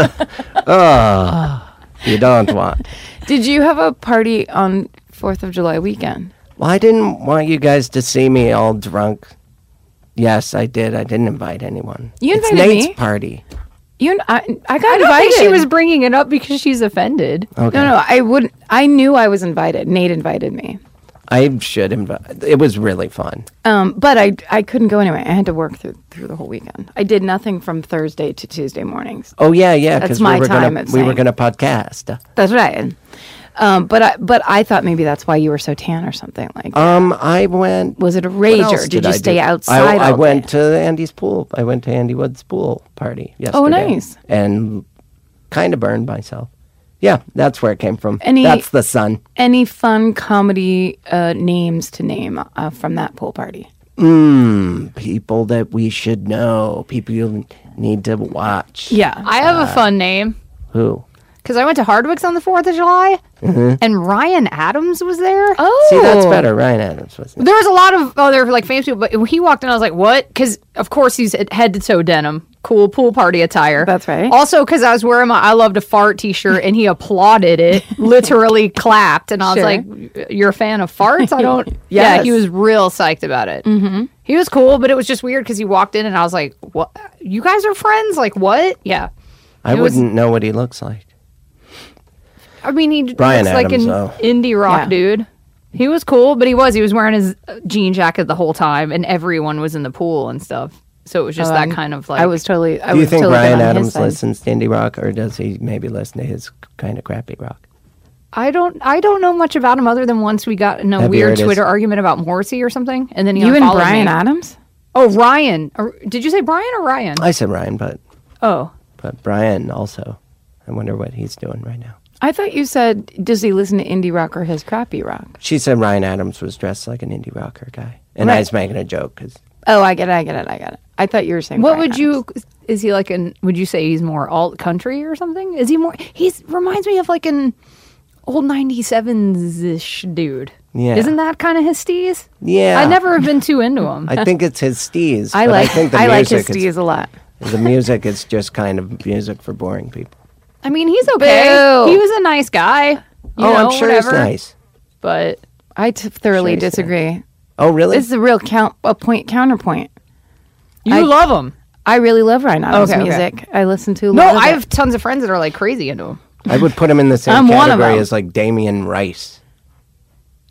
oh, you don't want.
Did you have a party on Fourth of July weekend?
Well, I didn't want you guys to see me all drunk. Yes, I did. I didn't invite anyone.
You
it's
invited
Nate's
me.
party.
You and I, I got
I don't
invited.
think she was bringing it up because she's offended.
Okay.
No, no, I wouldn't. I knew I was invited. Nate invited me,
I should invite. It was really fun.
um, but I, I couldn't go anyway. I had to work through through the whole weekend. I did nothing from Thursday to Tuesday mornings.
Oh yeah, yeah.
That's
Because
my
we were
time
gonna
of
we were
saying.
gonna podcast.
That's right. Um, but I, but I thought maybe that's why you were so tan or something. Like,
Um, I went.
was it a
what
rager?
else
Did, you
I
stay
do?
outside?
I, I
all
went
day?
to Andy's pool. I went to Andy Wood's pool party yesterday.
Oh, nice.
And kind of burned myself. Yeah, that's where it came from.
Any-
that's the sun.
Any fun comedy uh, names to name uh, from that pool party?
People that we should know. People you need to watch.
Yeah.
I have a fun name
Who?
because I went to Hardwick's on the 4th of July and Ryan Adams was there.
Oh,
Mm-hmm. See, that's better. Ryan Adams was.
There was a lot of other like famous people, but when he walked in, I was like, what? Because, of course, he's at head to toe denim, cool pool party attire.
That's right.
Also, because I was wearing my I Love to Fart t shirt and he applauded
(laughs)
it, literally clapped. And I was
Sure.
like, you're a fan of farts? I
(laughs)
don't. Yeah,
Yes.
he was real psyched about it. Mm-hmm. He was cool, but it was just weird because he walked in and I was like, what? You guys are friends? Like, what? Yeah.
I
was-
wouldn't know what he looks like.
I mean, he
Bryan
looks like
Adams,
an
though.
indie rock
Yeah.
dude. He was cool, but he was he was wearing his uh, jean jacket the whole time, and everyone was in the pool and stuff. So it was just that
I'm-
kind of like
Um, I was totally. I
Do you
was
think
totally
Ryan
on his
Adams
side.
listens to indie rock, or does he maybe listen to his kind of crappy rock?
I don't I don't know much about him other than once we got in a
Have you
weird
heard his-
Twitter argument about Morrissey or something, and then he
You and
unfollowed
Brian
me.
Adams?
Oh, Ryan, Or- did you say Brian or Ryan?
Uh,
I said Ryan, but
oh,
But Brian also, I wonder what he's doing right now.
I thought you said, does he listen to indie rock or his crappy rock?
She said Ryan Adams was dressed like an indie rocker guy, and I was making a joke because
Oh, I get it. I get it. I get it. I thought you were saying.
what
Bryan
would you?
Adams.
Is he like an? Would you say he's more alt country or something? Is he more? He's reminds me of like an old ninety sevens ish dude.
Yeah.
isn't that kind of his steez?
yeah,
I never have been too into him.
(laughs) I think it's his steez.
I
but
like.
I think the
I like his
music
steez a lot.
is the music is just kind of music for boring people.
I mean, he's okay.
Boo.
He was a nice guy. you
oh,
know,
I'm sure
whatever,
he's nice.
But
I t- thoroughly
Sure, sure.
disagree.
Oh, really?
It's a real count, a point counterpoint.
you
I-
love him.
I really love Ryan Adams
Okay, okay.
music. I listen to a
No,
lot of
I
it.
have tons of friends that are like crazy into him.
I would put him
(laughs)
in the same
I'm one of
category
them.
as like Damien Rice.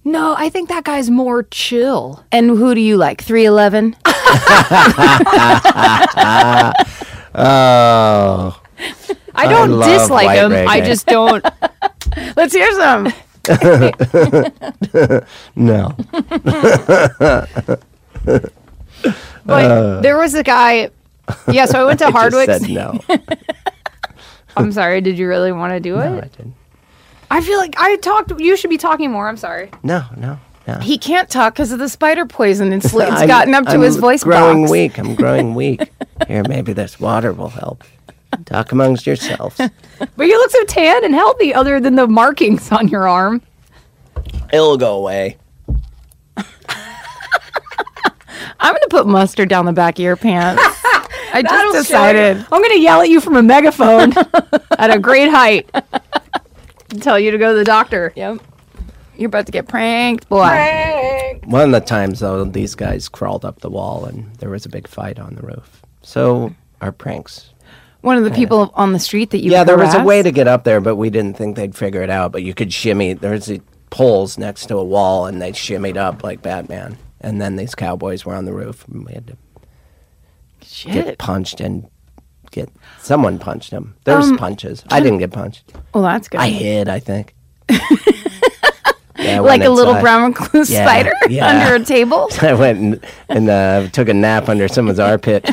No, I think that guy's more chill.
And who do you like? 311?
Oh,
I don't
love
dislike
white Uh.
him. I
reggae.
just
(laughs)
don't.
(laughs) Let's hear some.
(laughs) no.
But there was a guy. Yeah, so I went to
(laughs) I just said
Hardwick's.
(laughs)
no.
I'm sorry. Did you really want to do it?
No, I didn't.
I feel like I talked. You should be talking more. I'm sorry.
No, no, no.
He can't talk because of the spider poison.
(laughs)
It's, it's
I'm-
gotten up to
I'm
his voice
growing
box.
weak. I'm
(laughs)
growing weak. Here, maybe this water will help. Talk amongst yourselves.
But you look so tan and healthy, other than the markings on your arm.
It'll go away.
I'm going to put mustard down the back of your (laughs) pants. I
That'll
just
show
decided.
you. I'm going to yell at you from a (laughs) megaphone at a great height. and Tell you to go to the doctor.
Yep. You're about to get pranked, boy.
One of the times, though, these guys crawled up the wall and there was a big fight on the roof. So, our pranks.
One of the people on the street that you
Yeah, there was a
harassed?
way to get up there, but we didn't think they'd figure it out. But you could shimmy. There's the poles next to a wall, and they shimmied up like Batman. And then these cowboys were on the roof, and we had to get
Shit.
punched and get someone punched him. There
Um,
was punches. I didn't get punched.
Well, that's good.
I hid, I think.
(laughs)
Yeah, I
like
went
a little
inside.
brown (laughs) recluse
uh, Yeah,
spider
yeah.
(laughs) under a table.
(laughs) I went and, and uh, took a nap under someone's
(laughs)
armpit.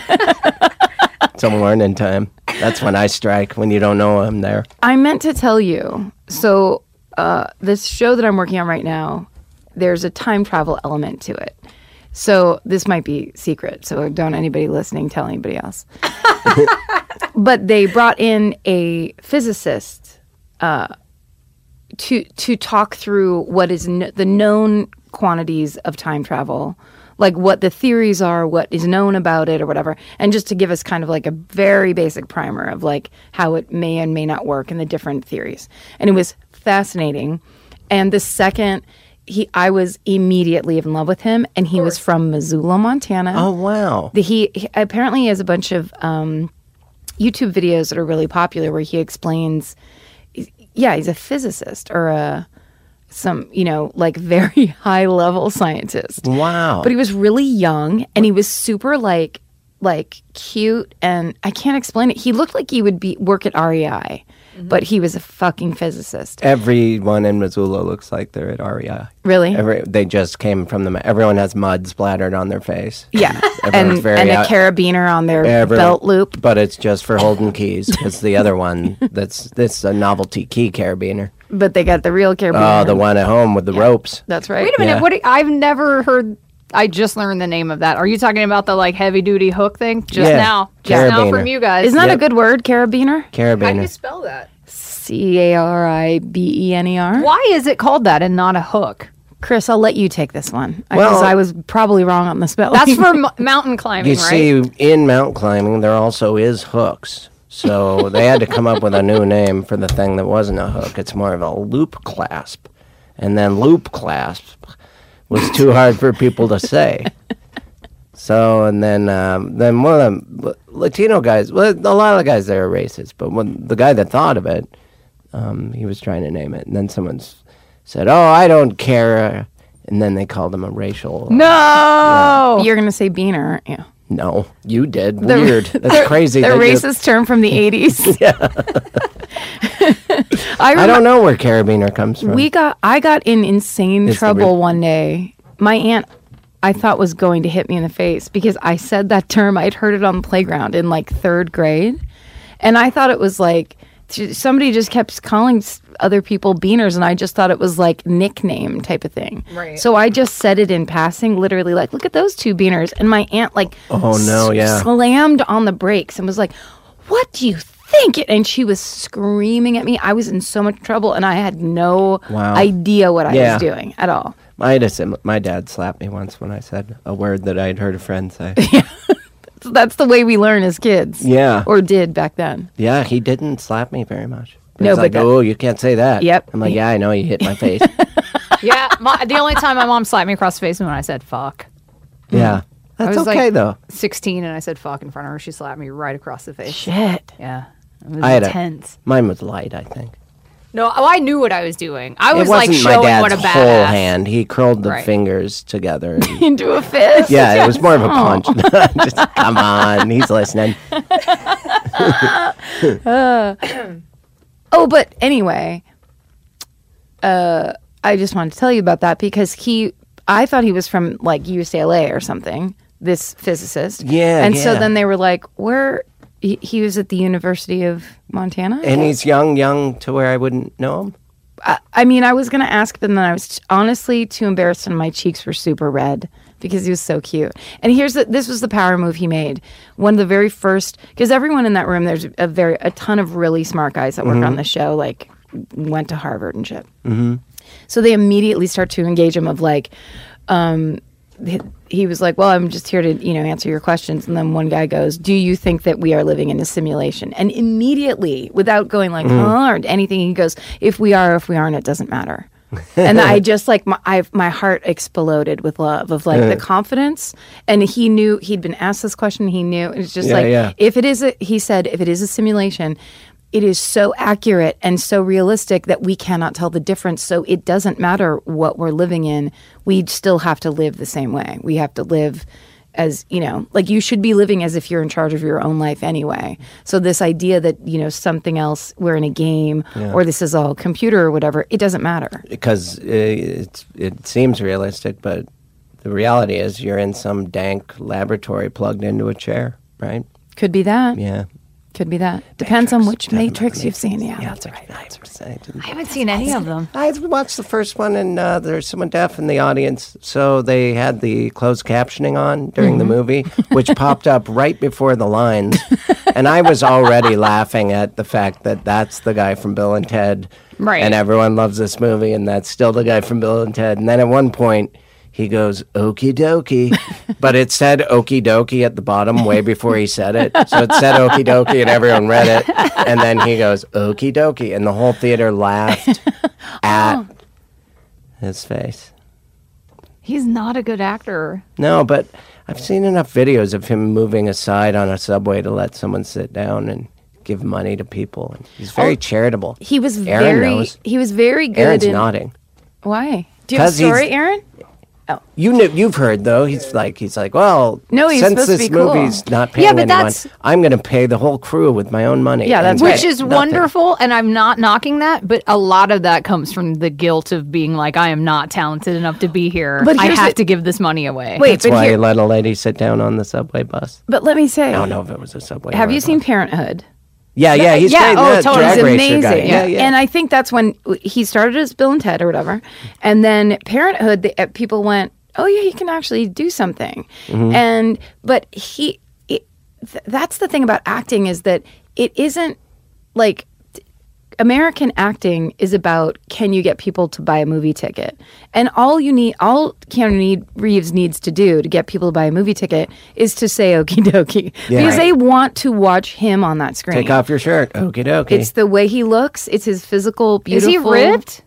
Some learning time. That's when I strike when you don't know I'm there.
I meant to tell you. So, uh, this show that I'm working on right now, there's a time travel element to it. So, this might be secret. So, don't anybody listening tell anybody else. but they brought in a physicist uh, to to talk through what is kn- the known quantities of time travel, like what the theories are, what is known about it, or whatever, and just to give us kind of like a very basic primer of like how it may and may not work and the different theories. And it was fascinating. And the second he, I was immediately in love with him, and he was from Missoula, Montana.
Oh wow!
The, he, he apparently has a bunch of um, YouTube videos that are really popular where he explains. he's- Yeah, he's a physicist or a some you know like (laughs) very high level scientist.
Wow.
But he was really young and he was super like like cute and I can't explain it. He looked like he would be work at REI, but he was a fucking physicist.
Everyone in Missoula looks like they're at REI.
Really?
Every, they just came from the. Everyone has mud splattered on their face. (laughs)
yeah.
Everyone's
And,
very
and a
out-
carabiner on their
Everyone-
belt loop.
but it's just for holding
(laughs)
keys. It's the other one that's this a novelty key carabiner.
But they got the real carabiner.
Oh, the one at home with the ropes.
That's right.
Wait a minute.
Yeah.
What? do- I've never heard. I just learned the name of that. Are you talking about the like heavy duty hook thing? Just
Yeah.
now. Just now from
Carabiner.
you guys.
Isn't that a
Yep.
good word, carabiner?
How do you
Carabiner.
spell that?
C A R I B E N E R.
Why is it called that and not a (laughs) hook?
Chris, I'll let you take this one because
Well-
I was probably wrong on the spell. (laughs)
That's for m- mountain climbing,
You
right?
see, in mount climbing, there also is hooks.
(laughs)
So they had to come up with a new name for the thing that wasn't a hook. It's more of a loop clasp. And then loop clasp was too
(laughs)
hard for people to say. So, and then um, then one of the Latino guys, well, a lot of the guys there are racist, but when the guy that thought of it, um, he was trying to name it. And then someone s- said, Oh, I don't care. And then they called him a racial.
no.
You're going to say beaner, aren't you?
No, you did. Weird. That's crazy.
The
that you-
racist
(laughs)
term from the 80s. yeah. (laughs) I,
I
remember
don't know where carabiner comes from.
we got I got in insane
It's the
trouble
re-
one day. My aunt I thought was going to hit me in the face because I said that term. I'd heard it on the playground in like 3rd grade. And I thought it was like t- somebody just kept calling s- other people beaners and I just thought it was like nickname type of thing.
Right.
So I just said it in passing literally like look at those two beaners and my aunt like
Oh, no,
s-
yeah.
slammed on the brakes and was like, "What do you think?" it-" And she was screaming at me. I was in so much trouble, and I had no
Wow.
idea what I
Yeah.
was doing at all.
I had a sim- my dad slapped me once when I said a word that I had heard a
(laughs)
friend say.
So that's the way we learn as kids.
Yeah.
or did back then. (laughs)
yeah, he didn't slap me very much.
No,
He's
but
like,
that-
oh, you can't say that.
Yep.
I'm like, yeah, I know you
(laughs)
hit my face.
yeah. My, the only time my mom slapped me across the face was when I said fuck.
yeah, that's
was
okay
like-
though.
16 and I said fuck in front of her. She slapped me right across the face.
Shit.
Yeah. It was
I had a-
intense.
Mine was light, I think.
No, oh, I knew what I was doing. I was
it
like
wasn't my
showing
dad's
what a badass.
whole hand. He curled the
Right.
fingers
(laughs)
together.
into a fist.
yeah, it was more of a
Oh.
punch. (laughs) Just come on, he's listening.
Oh, but anyway, uh, I just wanted to tell you about that because he, I thought he was from like UCLA or something. This physicist,
Yeah,
and so
yeah.
then they were like, "Where?" He, he was at the University of Montana.
(laughs)
And he's young, young to where I wouldn't know him.
I, I mean, I was gonna ask, but then I was t- honestly too embarrassed, and my cheeks were super red because he was so cute. And here's the, this was the power move he made. One of the very first, because everyone in that room, there's a very a ton of really smart guys that work on the show, like went to Harvard and shit. So they immediately start to engage him of like, um, he- he was like, "Well, I'm just here to you know answer your questions." And then one guy goes, "Do you think that we are living in a simulation?" And immediately, without going
Mm-hmm.
like, "Huh?" or anything, he goes, "If we are, if we aren't, it doesn't matter."
(laughs)
and I just like my i my heart exploded with love of like the confidence, and he knew he'd been asked this question. He knew it's just
Yeah,
like
yeah.
if it is a he said if it is a simulation it is so accurate and so realistic that we cannot tell the difference so it doesn't matter what we're living in we still have to live the same way we have to live as you know like you should be living as if you're in charge of your own life anyway so this idea that you know something else we're in a game or this is all computer or whatever it doesn't matter
because uh, it's, it seems realistic, but the reality is you're in some dank laboratory plugged into a chair, right?
could be that
Yeah.
could be that depends on which matrix you've seen yeah, that's right
I haven't seen any of them.
I watched the first one, and uh, there's someone deaf in the audience, so they had the closed captioning on during the movie, which popped up right before the lines, and I was already laughing at the fact that that's the guy from Bill and Ted,
Right.
And everyone loves this movie, and that's still the guy from Bill and Ted. And then at one point. He goes, okie dokie. But it said okie dokie at the bottom way before he said it. So it said okie dokie and everyone read it. And then he goes, okie dokie. And the whole theater laughed at
Oh.
his face.
He's not a good actor.
No, but I've seen enough videos of him moving aside on a subway to let someone sit down and give money to people. And he's very charitable.
Oh, he was
Aaron
very
knows.
he was very good
Aaron's
in,
nodding.
Why? Do you have a
'Cause he's-
story, Aaron?
You know, you've heard though. He's like, he's like, well,
No, he's
since
supposed to
this
be cool."
movie's not paying
Yeah, but
anyone,
that's-
I'm going to pay the whole crew with my own money.
Yeah, that's
and
right.
Which is
nothing.
wonderful, and I'm not knocking that, but a lot of that comes from the guilt of being like, I am not talented enough to be here.
But
I
here's
have
the-
to give this money away.
Wait,
That's
but
why
here,
he let a lady sit down on the subway bus.
but let me say,
I don't know if it was a subway.
have
or a
you seen
bus.
Parenthood?
Yeah, yeah, he's
Yeah,
great.
oh,
that
totally.
Drag
He's
racer
amazing.
guy. Yeah, yeah.
And I think that's when he started as Bill and Ted or whatever, and then Parenthood, the, uh, people went, "Oh yeah, he can actually do something,"
Mm-hmm.
and but he, it, th- that's the thing about acting is that it isn't like American acting is about can you get people to buy a movie ticket? And all you need, all Keanu need, Reeves needs to do to get people to buy a movie ticket is to say (laughs) okie dokie. Because they want to watch him on that screen.
Take off your shirt. Okie dokie.
It's the way he looks, it's his physical,
is
beautiful.
he ripped?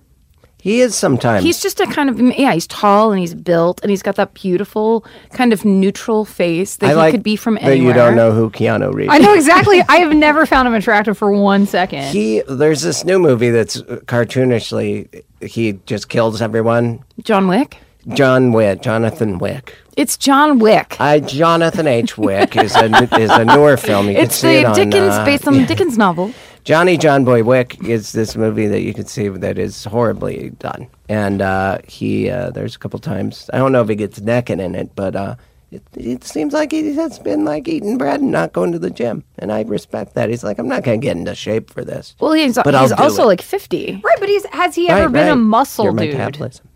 He is sometimes.
He's just a kind of, yeah, he's tall and he's built and he's got that beautiful, kind of neutral face that he could be from
that
anywhere.
you don't know who Keanu Reeves.
I know exactly. I have never found him attractive for one second.
He there's this new movie that's cartoonishly he just kills everyone.
John Wick?
John Wick, Jonathan Wick.
It's John Wick.
I Jonathan H. Wick is a is a
(laughs)
newer film. You can
it's
see
the
it on
Dickens,
uh,
based on the Dickens novel.
Johnny John Boy Wick is this movie that you can see that is horribly done. And uh, he uh, there's a couple times I don't know if he gets naked in it, but uh, it, it seems like he has been like eating bread and not going to the gym, and I respect that. He's like, I'm not gonna get into shape for this.
Well, he's,
But I'll
he's
do
also
it.
like 50.
Right, but he's has he ever
Right,
been a
right.
muscle
Your
dude?
metabolism.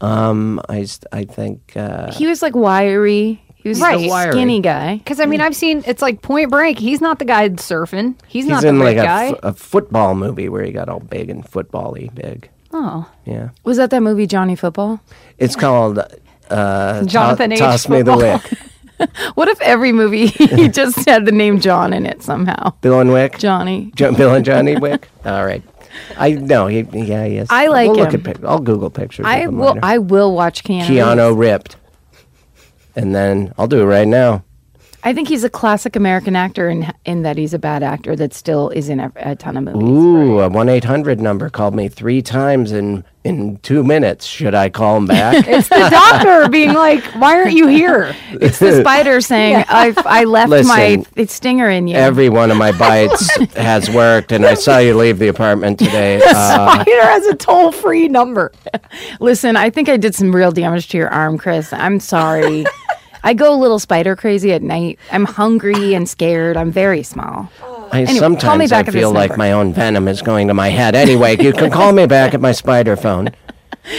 Um, I, s- I think uh,
He was like wiry. He was
Right.
a skinny guy.
Because I mean, I've seen it's like Point Break. He's not the guy surfing. He's,
he's
not the
in
big
like a,
guy.
f- a football movie where he got all big and football-y big.
oh,
Yeah,
Was that that movie Johnny Football?
it's called uh,
Jonathan
to-
H.
Toss Me the
Football.
Wick.
What if every movie (laughs)
(laughs)
he just had the name John in it somehow?
Bill and
(laughs)
Wick.
Johnny.
Jo- Bill and Johnny Wick. All right. I know. He, yeah, he is.
I like
we'll Look
him.
at pic- I'll Google pictures. of
I
him
will.
later.
I will watch Keanu.
Keanu
Reeves.
ripped, and then I'll do it right now.
I think he's a classic American actor in in that he's a bad actor that still is in a, a ton of movies.
Ooh, a one eight hundred number called me three times in in two minutes. Should I call him
(laughs)
back?
It's the doctor being like, "Why aren't you
(laughs)
here?"
It's the spider saying, "I've I left my
Listen,
th- stinger in you."
Every one of my
(laughs)
bites has worked, and I saw you leave the apartment today. Uh,
Spider has a toll free (laughs) number.
Listen, I think I did some real damage to your arm, Chris. I'm sorry. I go a little spider crazy at night. I'm hungry and scared. I'm very small.
I
Anyway, call me
sometimes I
back at this
feel like
number.
my own venom is going to my head. Anyway, you can call me back at my spider phone,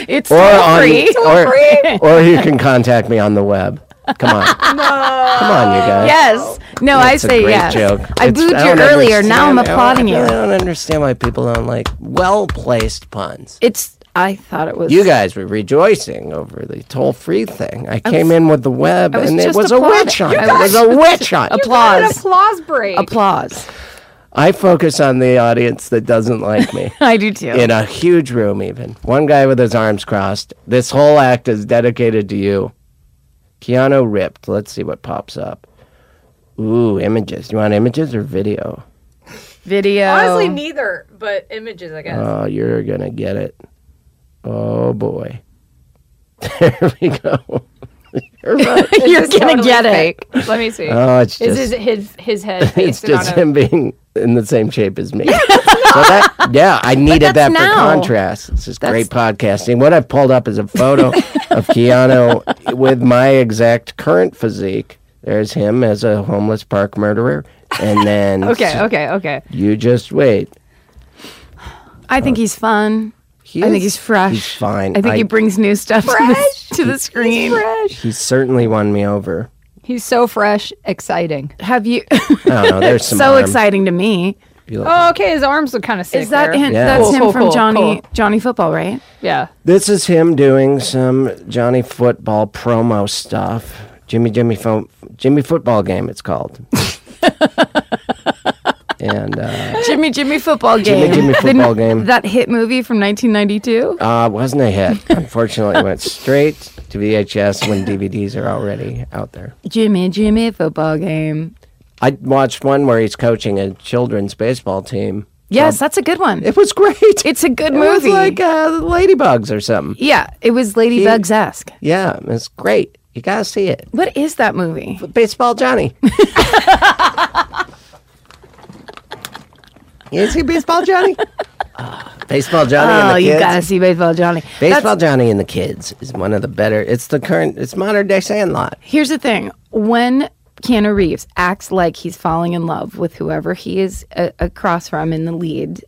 It's
or
(laughs) toll
on,
free.
or, or you can contact me on the web. Come
(laughs)
on, come on, you guys.
(laughs) Yes. No, I
It's a
say
great
yes.
joke.
I
It's-
booed you
don't
earlier. Now I'm
understand-
applauding
I (laughs)
you.
don't understand why people don't like well placed puns.
It's. I thought it was.
You guys were rejoicing over the toll free thing. I came in with the web,
was
and it
just
was a
applauding.
witch hunt.
You
It
guys-
was a witch hunt.
An
applause.
applause break.
Applause. (laughs)
I focus on the audience that doesn't like
(laughs)
me.
I do too.
in a huge room even one guy with his arms crossed this whole act is dedicated to you keanu ripped let's see what pops up ooh images you want images or video
Video.
Honestly, neither, but images, I guess.
oh you're gonna get it oh boy (laughs) there we go You're right.
you're gonna get it.
Let me see.
oh it's
this
just
is his his head
(laughs) it's
pasted on
just
a-
him being in the same shape as me. Yeah, so that, yeah I needed that
that's
for
now.
contrast. This is great podcasting. What I've pulled up is a photo of Keanu with my exact current physique. There's him as a homeless park murderer. And then
Okay, okay, okay.
you just wait.
I
Um,
think he's fun.
He
I
is-
think he's fresh.
He's fine.
I think he
he,
brings new stuff to the, to the screen.
Fresh.
he certainly won me over.
He's so fresh, exciting.
Have you?
I don't know. There's some
(laughs) so
arm.
exciting to me.
You look-
Oh, okay. His arms look kind of sick.
Is that
there.
him?
Yeah.
That's
Cool,
him
cool,
from
cool,
Johnny
cool.
Johnny Football, right?
Yeah.
This is him doing some Johnny Football promo stuff. Jimmy Jimmy Fo- Jimmy Football Game, it's
(laughs)
called. and uh,
Jimmy Jimmy Football Game.
Jimmy Jimmy Football Game
That hit movie from 1992.
uh, wasn't a hit. Unfortunately, it went straight to VHS when DVDs are already out there.
Jimmy Jimmy Football Game.
I watched one where he's coaching a children's baseball team.
Yes, that's a good one.
It was great. It
It's a good
was
movie.
like uh, Ladybugs or something.
yeah, it was Ladybugs esque.
Yeah, it's great. You gotta see it.
What is that movie?
Baseball (laughs) Johnny. you see Baseball Johnny? Ah, Baseball Johnny and
Oh,
the kids.
you gotta see Baseball Johnny. That's-
Baseball Johnny and the kids is one of the better. It's the current. It's modern day Sandlot.
Here's the thing: when Keanu Reeves acts like he's falling in love with whoever he is a- across from in the lead,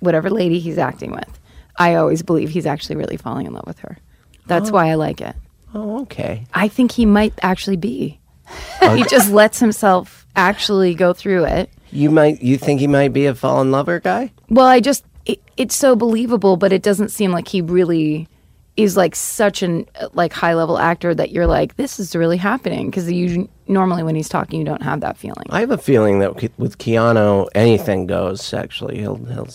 whatever lady he's acting with, I always believe he's actually really falling in love with her. That's why I like it.
Oh, okay.
I think he might actually be. he just lets himself actually go through it.
You might. You think he might be a fallen lover guy?
Well, I just it, it's so believable, but it doesn't seem like he really is like such an uh, like high level actor that you're like this is really happening because you normally when he's talking you don't have that feeling.
I have a feeling that Ke- with Keanu, anything goes. Sexually, he'll. He'll.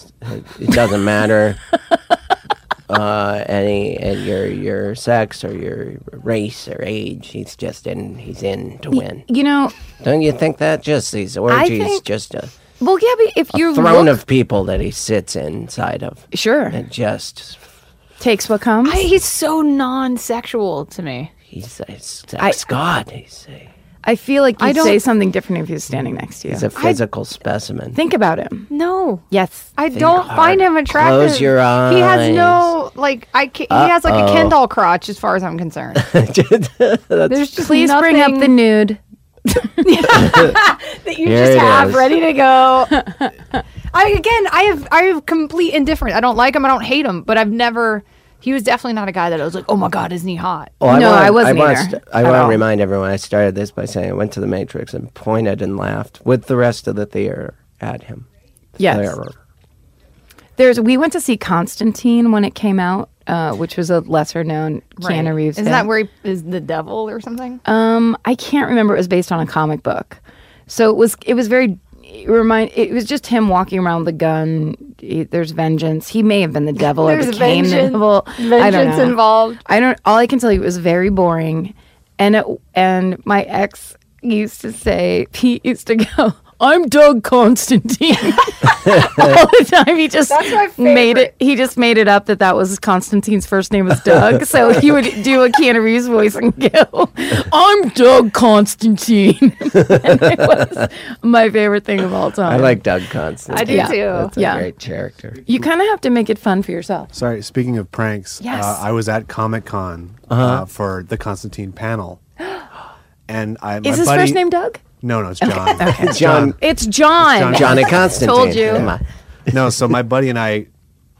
It doesn't matter. (laughs) Uh, any and your your sex or your race or age, he's just in. He's in to win.
You know,
Don't you think that just these orgies,
think-
just a
well, yeah, but if you
throne
look,
of people that he sits inside of,
sure
and just
takes what comes.
I- he's so non-sexual to me.
he's a sex god. He's a,
I feel like
I
you'd
don't-
say something different if he was standing next to you.
he's a physical specimen.
Think about him.
No.
Yes,
I don't
hard.
find him attractive.
Close your
He has no like. I ca he has like a Kendall crotch, as far as I'm concerned. (laughs)
(laughs)
There's just
please bring up the
nothing
nude.
that you
Here
just
it
have
is.
ready to go. I again, I have I have complete indifference. I don't like him. I don't hate him, but I've never. He was definitely not a guy that I was like, oh my god, isn't he hot?
Well,
No,
Oh, wanna-
I wasn't
wanna
either,
st- I
at
want to
all.
remind everyone. I started this by saying I went to the Matrix and pointed and laughed with the rest of the theater at him.
Yes.
Theater.
(laughs) There's we went to see Constantine when it came out, uh, which was a lesser known Keanu Reeves.
Isn't
film.
that where he is the devil or something?
Um, I can't remember. It was based on a comic book, so it was it was very it remind. It was just him walking around with a gun. He- there's vengeance. He may have been the devil or
There's
became the
vengeance-
devil. I don't
vengeance
know.
involved.
I don't. All I can tell you it was very boring, and it, and my ex used to say, (laughs) Pete used to go, I'm Doug Constantine. (laughs) All the time. He just
That's my
made it.
favorite.
He just made it up that that was Constantine's first name was Doug. so he would do a Keanu Reeves voice and go, I'm Doug Constantine. (laughs) and it was my favorite thing of all time.
I like Doug Constantine.
I do
Yeah.
too.
That's a
Yeah.
great character.
you kind of have to make it fun for yourself.
Sorry, speaking of pranks,
Yes.
uh, I was at Comic Con uh
Uh-huh.
for the
(gasps)
Constantine panel. And I, my
Is his
buddy,
first name Doug?
No, no,
(laughs)
it's John. It's
John,
It's John.
John.
Johnny Constantine.
Told you.
Come on.
no, so my buddy and I,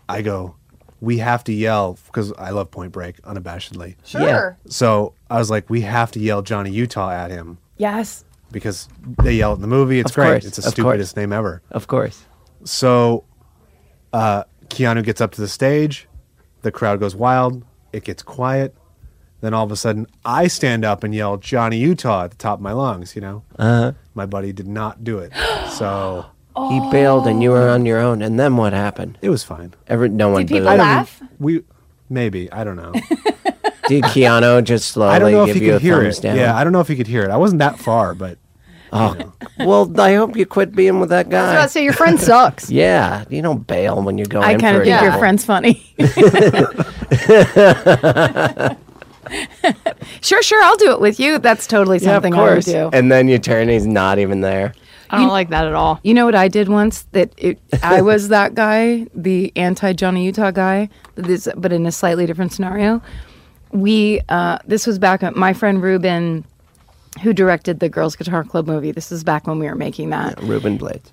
I go, we have to yell because I love Point Break unabashedly.
Sure.
So I was like, we have to yell Johnny Utah at him
Yes.
because they yell it in the movie. It's
Of
great.
course,
it's the
of course.
stupidest name ever.
Of course.
So uh, Keanu gets up to the stage. The crowd goes wild. It gets quiet. Then all of a sudden, I stand up and yell Johnny Utah at the top of my lungs, you know? Uh-huh. My buddy did not do it. So
He bailed and you were on your own. And then what happened?
it was fine.
Every, no one
Did people
booed.
don't
laugh?
even- we maybe. I
(laughs)
don't know.
Did Keanu just slowly
(laughs) I don't know if
give
he
you
could
a
hear
thumbs
it.
down?
Yeah, I don't know if he could hear it. I wasn't that far, but
Oh, well, I hope you quit being with that
I was about
guy.
to say your (laughs) friend sucks.
Yeah, you don't bail when you go
I
in
kind
for
of
a
think your
job. (laughs)
friend's funny. (laughs) sure, sure, I'll do it with you. That's totally
Yeah, of
something I would
course.
do.
And then you turn, he's not even there.
I don't like that at all.
you know what I did once? That it, I was that guy, the anti Johnny Utah guy, but this, but in a slightly different scenario. We uh, this was back at my friend Ruben, who directed the Girls Guitar Club movie. This is back when we were making that.
Ruben Blades.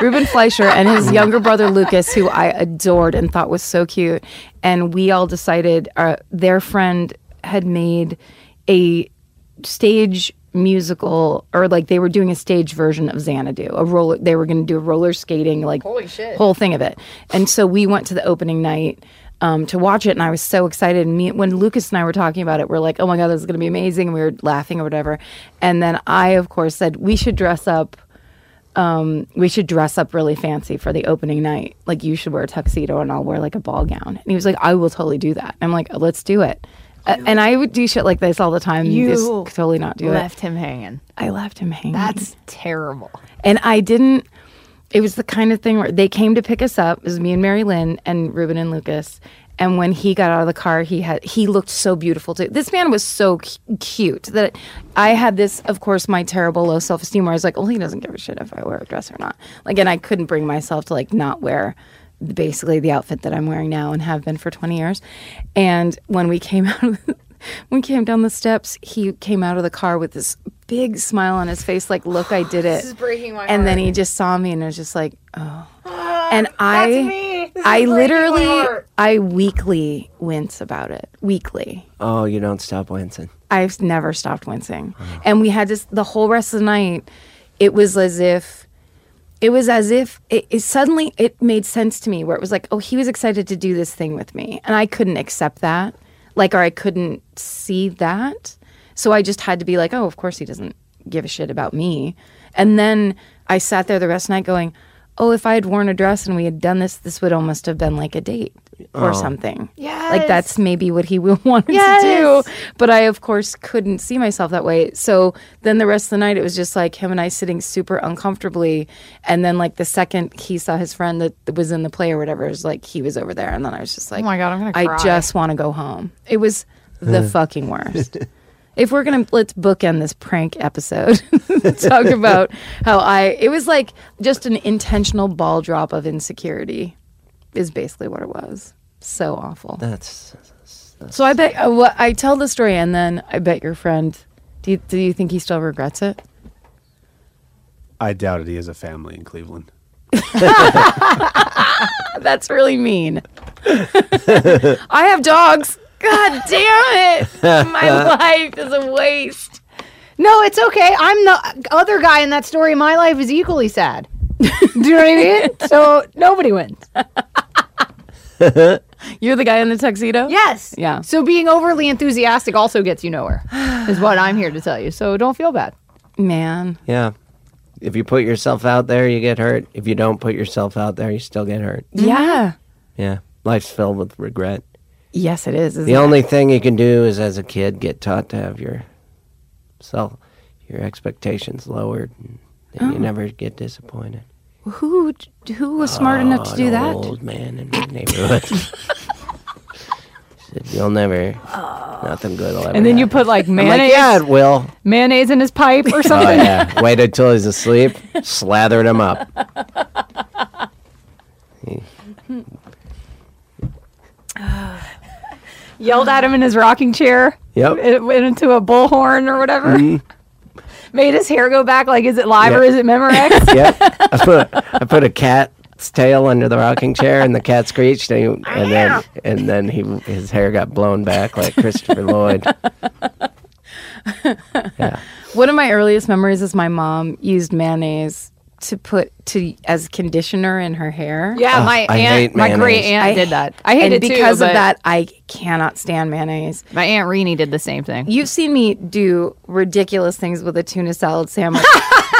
Ruben Fleischer and his younger brother Lucas, who I adored and thought was so cute. And we all decided uh, their friend had made a stage musical, or like they were doing a stage version of Xanadu. A roller, they were going to do a roller skating, like
Holy shit.
whole thing of it. And so we went to the opening night. Um, to watch it, and I was so excited. And me, when Lucas and I were talking about it, we're like, "Oh my god, this is going to be amazing!" And we were laughing or whatever. And then I, of course, said we should dress up we should dress up really fancy for the opening night. Like you should wear a tuxedo and I'll wear like a ball gown. And he was like, I will totally do that. I'm like, let's do it. A- and I would do shit like this all the time. You just
You
totally not do
Left
it.
him hanging.
I left him hanging.
That's terrible.
and I didn't. It was the kind of thing where they came to pick us up. It was me and Mary Lynn and Ruben and Lucas. And when he got out of the car, he had he looked so beautiful too. This man was so cu- cute that I had this, of course, my terrible low self esteem where I was like, "Well, he doesn't give a shit if I wear a dress or not." Like, and I couldn't bring myself to like not wear basically the outfit that I'm wearing now and have been for 20 years. And when we came (laughs) out of the, when we came down the steps, he came out of the car with this big smile on his face, like, "Look, I did it."
(sighs) This is breaking my
And then
heart.
he just saw me and was just like,
(gasps)
"Oh." And I
me. This is
I
breaking my
literally
heart.
I weekly wince about it. Weekly.
Oh, you don't stop wincing.
I've never stopped wincing. And we had this the whole rest of the night. It was as if it was as if it, it suddenly it made sense to me where it was like, oh, he was excited to do this thing with me, and I couldn't accept that, like, or I couldn't see that, so I just had to be like, oh, of course he doesn't give a shit about me, and then I sat there the rest of the night going, oh, if I had worn a dress and we had done this, this would almost have been like a date or something, yeah, like that's maybe what he (laughs) would wanted
Yes.
to do, but I of course couldn't see myself that way, so then the rest of the night it was just like him and I sitting super uncomfortably, and then like the second he saw his friend that was in the play or whatever, it was like he was over there, and then I was just like,
Oh my God, I'm gonna
I
cry.
just want to go home. It was the fucking worst. If we're gonna let's bookend this prank episode, (laughs) talk about how I it was like just an intentional ball drop of insecurity, is basically what it was. So awful.
That's
So I bet uh, what I tell the story, and then I bet your friend. Do you, do you think he still regrets it? (laughs)
I doubt it. He has a family in Cleveland.
That's really mean. (laughs) I have dogs. God
(laughs)
damn it. My life is a waste.
No, it's okay. I'm the other guy in that story. My life is equally sad. Do you know what I mean? (laughs) So nobody wins.
You're the guy in the tuxedo?
Yes.
Yeah.
So being overly enthusiastic also gets you nowhere, is what I'm here to tell you. So don't feel bad.
Man.
yeah. If you put yourself out there, you get hurt. If you
Mm-hmm.
don't put yourself out there, you still get hurt.
Yeah.
Yeah. Life's filled with regret.
Yes, it is. isn't
The
it?
only thing you can do is, as a kid, get taught to have your self, your expectations lowered, and then
Oh.
you never get disappointed.
who who was smart enough to do
An
that?
Old man in the
(laughs)
neighborhood. Said, You'll never. Nothing good will ever.
And then you
happen."
put (laughs) like
I'm like,
mayonnaise,
yeah, it will.
mayonnaise in his pipe (laughs) or
Oh
something.
yeah. Waited till he's asleep, slathered him up.
Yelled at him in his rocking chair.
Yep. Mm-hmm.
It went into a bullhorn or whatever. (laughs) Made his hair go back. Like, is it live or
Yeah.
is it Memorex?
Yep. I put I put a cat's tail under the rocking chair, and the cat screeched, and, he, and then and then he his hair got blown back like Christopher Lloyd. Yeah.
One of my earliest memories is my mom used mayonnaise to put to as conditioner in her hair.
(laughs) yeah, my
I hate
aunt, my great
mayonnaise.
aunt did that. I hate
and
it too,
because
but
of that, I cannot stand mayonnaise.
My aunt Renee did the same thing.
You've seen me do ridiculous things with a tuna salad sandwich, (laughs)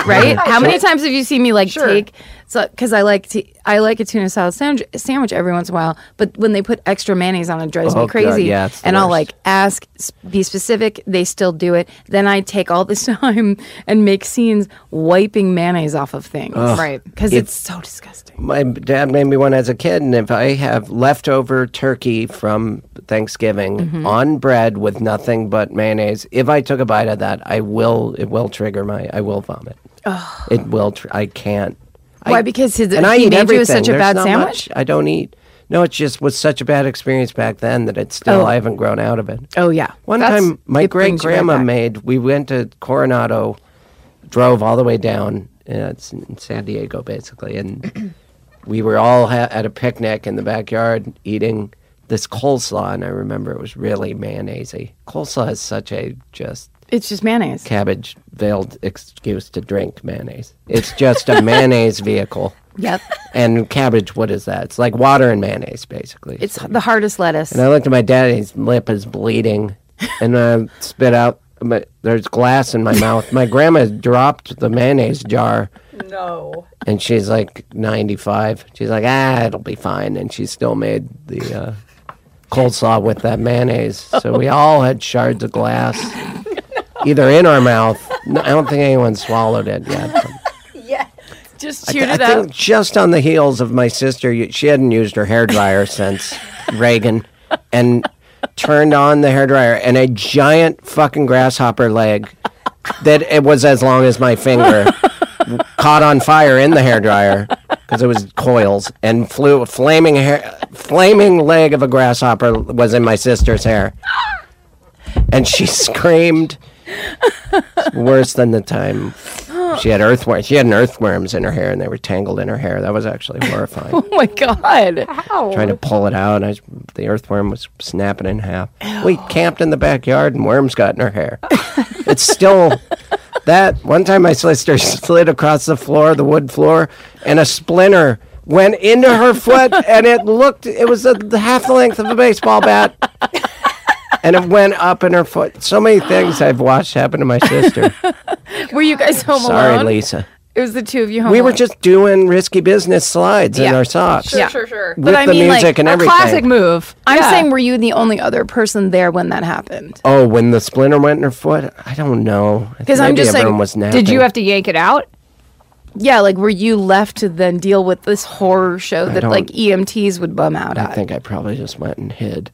right? How many times have you seen me like take? So because I like to, I like a tuna salad sandwich, sandwich every once in a while, but when they put extra mayonnaise on it, it drives
Oh,
me
God,
crazy.
yeah, it's the
and I'll
worst.
like ask, s- be specific. They still do it. Then I take all this (laughs) time and make scenes wiping mayonnaise off of things,
Right.
Because it's so disgusting.
My dad made me one as a kid, and if I have leftover turkey from Thanksgiving
Mm-hmm.
on bread with nothing but mayonnaise, if I took a bite of that, I will. It will trigger my. I will vomit. It will. Tr- I can't.
Why?
I-
Because his,
and I
he
eat
made
everything.
you such a
There's
bad
not
sandwich.
much I don't eat. No, it just was such a bad experience back then that it's still.
Oh.
I haven't grown out of it.
Oh yeah.
One
That's-
time, my
it
great
brings you right
grandma
back.
made. We went to Coronado, drove all the way down. Uh, it's in San Diego, basically, and (clears throat) we were all ha- at a picnic in the backyard eating this coleslaw, and I remember it was really mayonnaisey. Coleslaw is such a just
It's just mayonnaise.
cabbage veiled excuse to drink mayonnaise. It's just a mayonnaise vehicle.
Yep.
And cabbage, what is that? It's like water and mayonnaise, basically.
It's the hardest lettuce.
And I looked at my dad, and his lip is bleeding, and I spit out. My, there's glass in my mouth. My grandma dropped the mayonnaise jar,
No.
and she's like 95. She's like, ah, it'll be fine, and she still made the uh, coleslaw with that mayonnaise. So we all had shards of glass, either in our mouth. No, I don't think anyone swallowed it yet. but-
Just
I th- I think just on the heels of my sister, you- she hadn't used her hairdryer since Reagan, and turned on the hairdryer, and a giant fucking grasshopper leg that it was as long as my finger caught on fire in the hairdryer because it was coils and flew a flaming hair, flaming leg of a grasshopper was in my sister's hair, and she screamed. Worse than the time (laughs) she had earthworms. She had earthworms in her hair, and they were tangled in her hair. That was actually
(laughs)
horrifying.
Oh my god.
Trying to pull it out, I, the earthworm was snapping in half. We camped in the backyard, and worms got in her hair. it's
(laughs)
still that. One time, my sister slid across the floor, the wood floor, and a splinter went into her foot, and it looked. It was a, half the length of a baseball bat. And it went up in her foot. So many things I've watched happen to my
(laughs)
sister.
Were you guys home
Sorry,
alone?
Lisa.
It was the two of you home.
We were
alone.
just doing risky business slides in
Uh-huh. Yeah.
our socks
Sure,
Yeah.
sure, sure.
with
I
the
mean, like,
music and
A
everything.
classic move.
I'm
Yeah.
saying, were you the only other person there when that happened?
Oh, when the splinter went in her foot, I don't know. Because
I'm just like,
everyone was napping.
did you have to yank it out?
Yeah, like were you left to then deal with this horror show that
don't-
like EMTs would bum out
I
at?
think I probably just went and hid.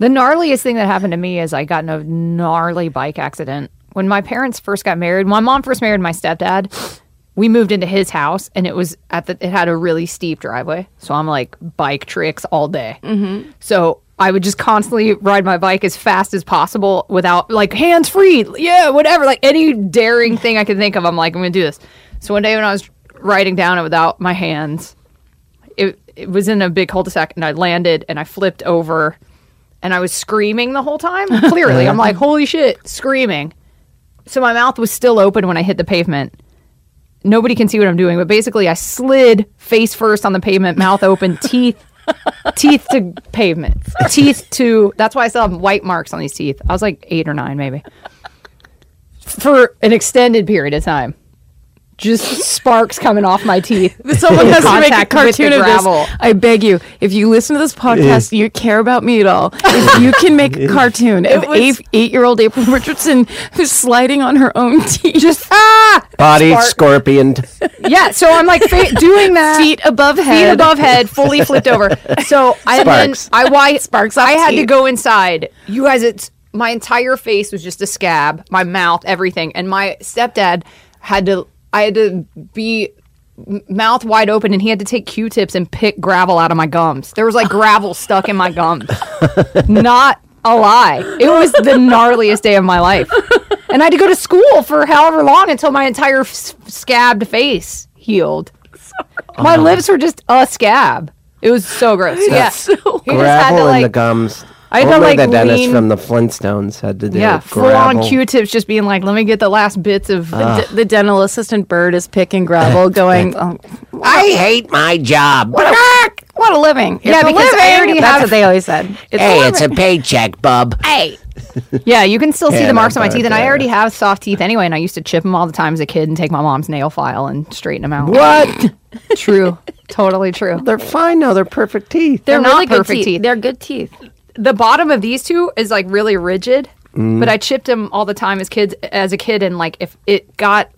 The gnarliest thing that happened to me is I got in a gnarly bike accident. When my parents first got married, my mom first married my stepdad. We moved into his house and it was at the it had a really steep driveway. So I'm like bike tricks all day. Mm-hmm. So I would just constantly ride my bike as fast as possible without like hands free, yeah, whatever, like any daring thing I could think of. I'm like I'm going to do this. So one day when I was riding down it without my hands, it, it was in a big cul-de-sac and I landed and I flipped over and I was screaming the whole time. Clearly, I'm like, holy shit, screaming. So my mouth was still open when I hit the pavement. Nobody can see what I'm doing, but basically I slid face first on the pavement, mouth open, (laughs) teeth teeth to pavement. Teeth to that's why I still have white marks on these teeth. I was like eight or nine maybe. For an extended period of time. just sparks coming off my teeth.
(laughs) (laughs) Someone
in
has to make a
contact with the
cartoon of
gravel.
this. I beg you, if you listen to this podcast, you care about me at all.
(laughs)
If you can make a cartoon of
was-
eight, eight-year-old April (laughs) Richardson who's sliding on her own (laughs) teeth, just
Ah,
Body scorpioned.
yeah. So I'm like fa- doing that.
feet above head,
Feet above head, fully flipped over. So I then
Sparks.
I why sparks. I had to
teeth.
go inside. You guys, it's my entire face was just a scab, my mouth, everything, and my stepdad had to. I had to be m- mouth wide open, and he had to take Q-tips and pick gravel out of my gums. There was like gravel stuck in my gums. Not a lie. It was the gnarliest day of my life, and I had to go to school for however long until my entire f- scabbed face healed. My lips were just a scab. It was so gross. yeah. He just had
gravel
to,
in the
like,
gums.
I had to,
Only
like,
the dentist
lean-
from the Flintstones had to do
yeah,
it.
full on
Gravel. Uh,
Q-tips, just being like, "Let me get the last bits of."
D- the dental assistant bird is picking gravel, going, oh,
I hate my job.
"What a what a living!"
Yeah,
It's a
because I
living.
already
That's
have-
what they always said. It's a
Hey,
living.
it's a paycheck, bub.
Hey, yeah, you can still see
Yeah,
the marks on my
not
teeth, and
bad,
I
yeah.
already have soft teeth anyway. And I used to chip them all the time as a kid, and take my mom's nail file and straighten them out.
What?
True, totally true.
They're fine now. They're perfect teeth.
They're,
really
not
good
perfect teeth.
They're good teeth.
The bottom of these two is like really rigid,
Mm-hmm.
but I chipped them all the time as kids, as a kid, and like if it got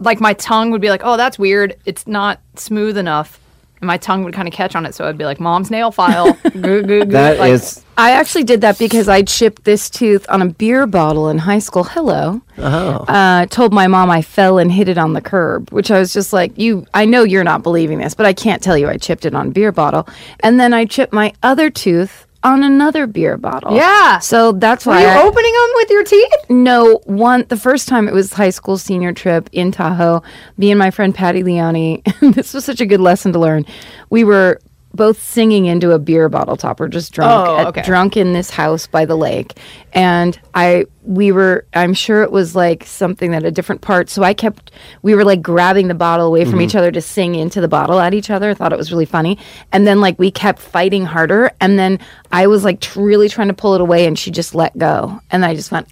like my tongue would be like, "Oh, that's weird. It's not smooth enough." And my tongue would kind of catch on it, so I'd be like, "Mom's nail file."
(laughs)
goo, goo, goo.
That is
like,
I actually did that because I chipped this tooth on a beer bottle in high school. Hello. Uh, told my mom I fell and hit it on the curb, which I was just like, "You, I know you're not believing this, but I can't tell you I chipped it on a beer bottle." And then I chipped my other tooth on another beer bottle.
Yeah.
So that's
Were
why
you
I,
opening them with your teeth?
No, one the first time it was high school senior trip in Tahoe. Me and my friend Patty Leone. (laughs) this was such a good lesson to learn. We were both singing into a beer bottle top. We're just drunk,
Oh,
at-
okay.
drunk in this house by the lake, and I we were. I'm sure it was like something that a different part. So I kept. We were like grabbing the bottle away from each other to sing into the bottle at each other. I thought it was really funny, and then like we kept fighting harder, and then I was like tr- really trying to pull it away, and she just let go, and I just went.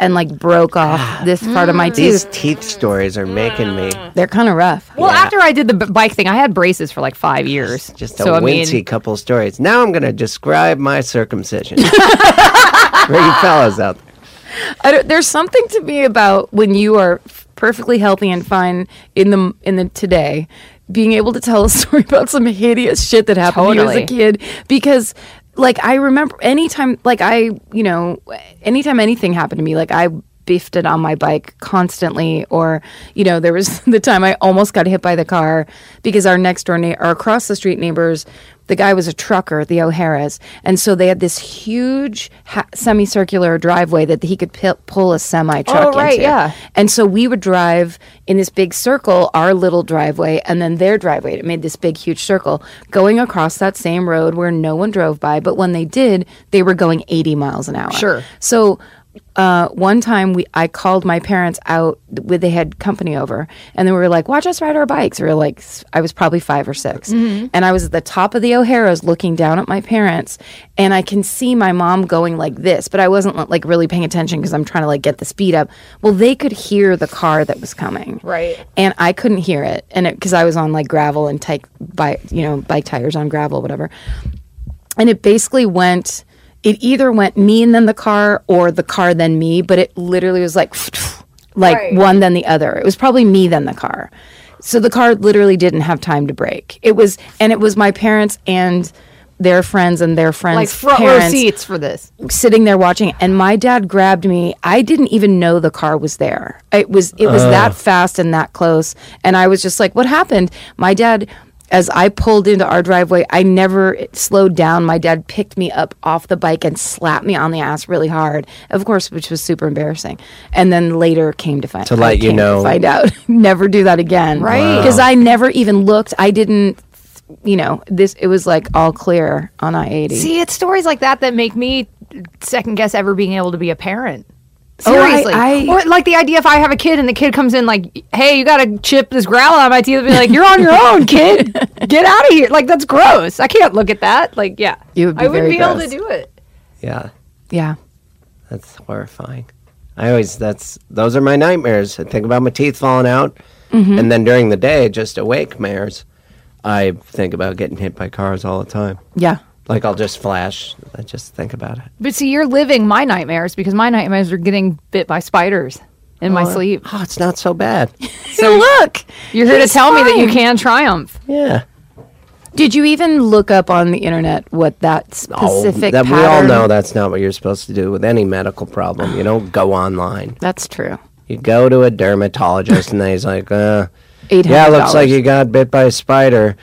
And like broke off this part of my
These
teeth.
teeth stories are making me
They're kind of rough.
Well, after I did the b- bike thing, I had braces for like five years.
just a
so I mean,
wincy couple stories. Now I'm going to describe my circumcision. (laughs) For you fellas out there.
I don't, there's something to me about when you are f- perfectly healthy and fine in the in the today, being able to tell a (laughs) story about some hideous shit that happened to you
Totally.
as a kid because. Like I remember anytime like I, you know, anytime anything happened to me, like I biffed it on my bike constantly or, you know, there was (laughs) the time I almost got hit by the car because our next door neighbor or across the street neighbors the guy was a trucker, the O'Hara's, and so they had this huge ha- semicircular driveway that he could pi- pull a semi truck
Oh, right,
into.
yeah.
And so we would drive in this big circle, our little driveway, and then their driveway. It made this big, huge circle going across that same road where no one drove by. But when they did, they were going 80 miles an hour.
Sure.
So uh, one time we I called my parents out with they had company over and they were like watch us ride our bikes we were like s- I was probably 5 or 6 and I was at the top of the O'Hara's looking down at my parents and I can see my mom going like this but I wasn't like really paying attention cuz I'm trying to like get the speed up well they could hear the car that was coming
Right.
and I couldn't hear it and it cuz I was on like gravel and tyke by you know bike tires on gravel whatever and it basically went it either went me and then the car or the car then me but it literally was like (sniffs) like
Right.
one then the other it was probably me then the car so the car literally didn't have time to brake it was and it was my parents and their friends and their friends
like front row
parents
seats for this.
sitting there watching and my dad grabbed me i didn't even know the car was there it was it
Uh.
was that fast and that close and i was just like what happened my dad as i pulled into our driveway i never slowed down my dad picked me up off the bike and slapped me on the ass really hard of course which was super embarrassing and then later came to find
To let
I
you
came
know.
find out (laughs) never do that again right because i never even looked i didn't you know this it was like all clear on i-80
See, it's stories like that that make me second guess ever being able to be a parent.
Oh, I-
Seriously,
I-
or like the idea if I have a kid and the kid comes in like, "Hey, you got to chip this growl out of my teeth," I'd be like, "You're
(laughs)
on your own, kid. Get out of here!" Like that's gross. I can't look at that. Like, yeah,
It would be
I wouldn't
very
be able to
gross.
do it.
Yeah,
yeah
that's horrifying. I always, that's, those are my nightmares. I think about my teeth falling out. And then during the day, just awake mares, I think about getting hit by cars all the time.
Yeah.
Like I'll just flash. I just think about it.
But see, you're living my nightmares because my nightmares are getting bit by spiders in my sleep.
Oh, it's not so bad.
So look, you're here to
he's
tell me that you
fine.
can triumph.
Yeah.
Did you even look up on the internet what that specific
that we all
pattern-
know that's not what you're supposed to do with any medical problem. You don't go online.
That's true.
You go to a dermatologist and he's like, uh,
Eight hundred.
yeah, looks like you got bit by a spider.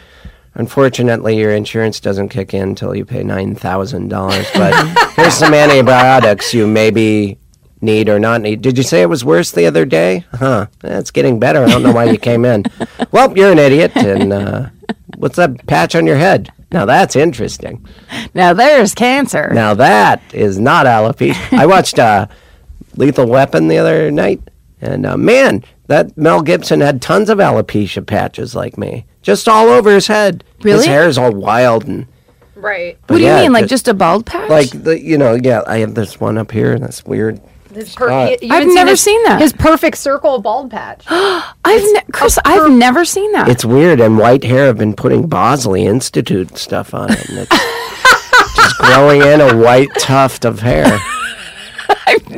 Unfortunately, your insurance doesn't kick in until you pay $9,000. But here's some antibiotics you maybe need or not need. Did you say it was worse the other day? Huh. That's getting better. I don't know why you came in. Well, you're an idiot. And uh, what's that patch on your head? Now that's interesting.
now there's cancer.
Now that is not
(laughs)
alopecia. I watched uh, Lethal Weapon the other night, and uh, man, that Mel Gibson had tons of alopecia patches like me, just all over his head.
Really?
His hair is all wild and.
Right.
but
what do you
yeah,
mean, like just a bald patch?
like the, you know? Yeah, I have this one up here, and that's weird.
His per-
Uh,
you- you
I've
haven't seen
never
his-
seen that.
His perfect circle bald patch.
I've ne- Chris, I've never seen that.
It's weird, and white hair. I've been putting Bosley Institute stuff on it, and it's
(laughs)
just growing in a white tuft of hair.
(laughs)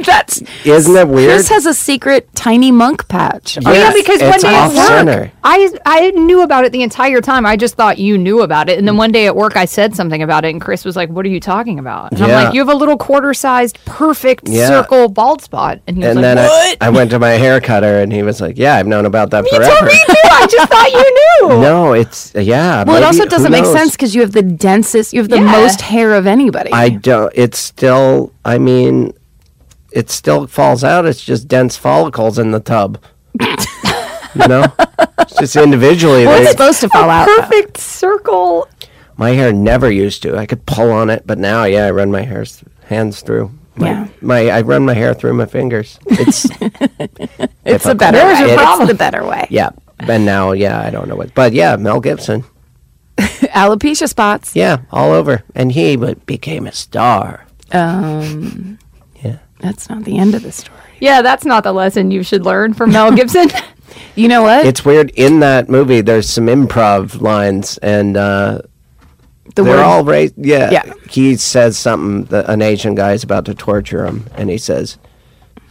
That's
Isn't that weird?
Chris has a secret tiny monk patch. Oh,
Yes,
yeah, because one
it's
day
off
at work,
center.
I I knew about it the entire time. I just thought you knew about it, and then
Mm.
one day at work, I said something about it, and Chris was like, "What are you talking about?" And I'm
Yeah.
like, "You have a little quarter-sized, perfect
Yeah.
circle bald spot," and he was
And
like,
then I,
"What?"
I went to my hair cutter, and he was like, "Yeah, I've known about that forever."
Told me too. I just thought
(laughs)
you knew.
No, it's yeah.
Well, it
maybe-
also
who
doesn't make
knows?
sense because you have the densest, you have the
Yeah.
most hair of anybody.
I don't. It's still. I mean, it still falls out. It's just dense follicles in the tub. you know, it's just individually.
it's
they-
supposed to fall out. though.
Perfect circle.
my hair never used to. I could pull on it, but now, yeah, I run my hair hands through. My,
Yeah.
my I run my hair through my fingers. It's
It's the
difficult.
better.
There's
way.
your
It's
problem.
the
(laughs)
better way.
yeah. And now, yeah, I don't know what, but yeah, Mel Gibson.
Alopecia spots.
Yeah, all over. And he but became a star.
Um,
Yeah.
That's not the end of the story.
Yeah, that's not the lesson you should learn from
(laughs)
Mel Gibson.
You know what?
It's weird. In that movie, there's some improv lines, and uh,
the
they're
word.
all raised. Yeah.
Yeah.
He says something that an Asian guy is about to torture him, and he says,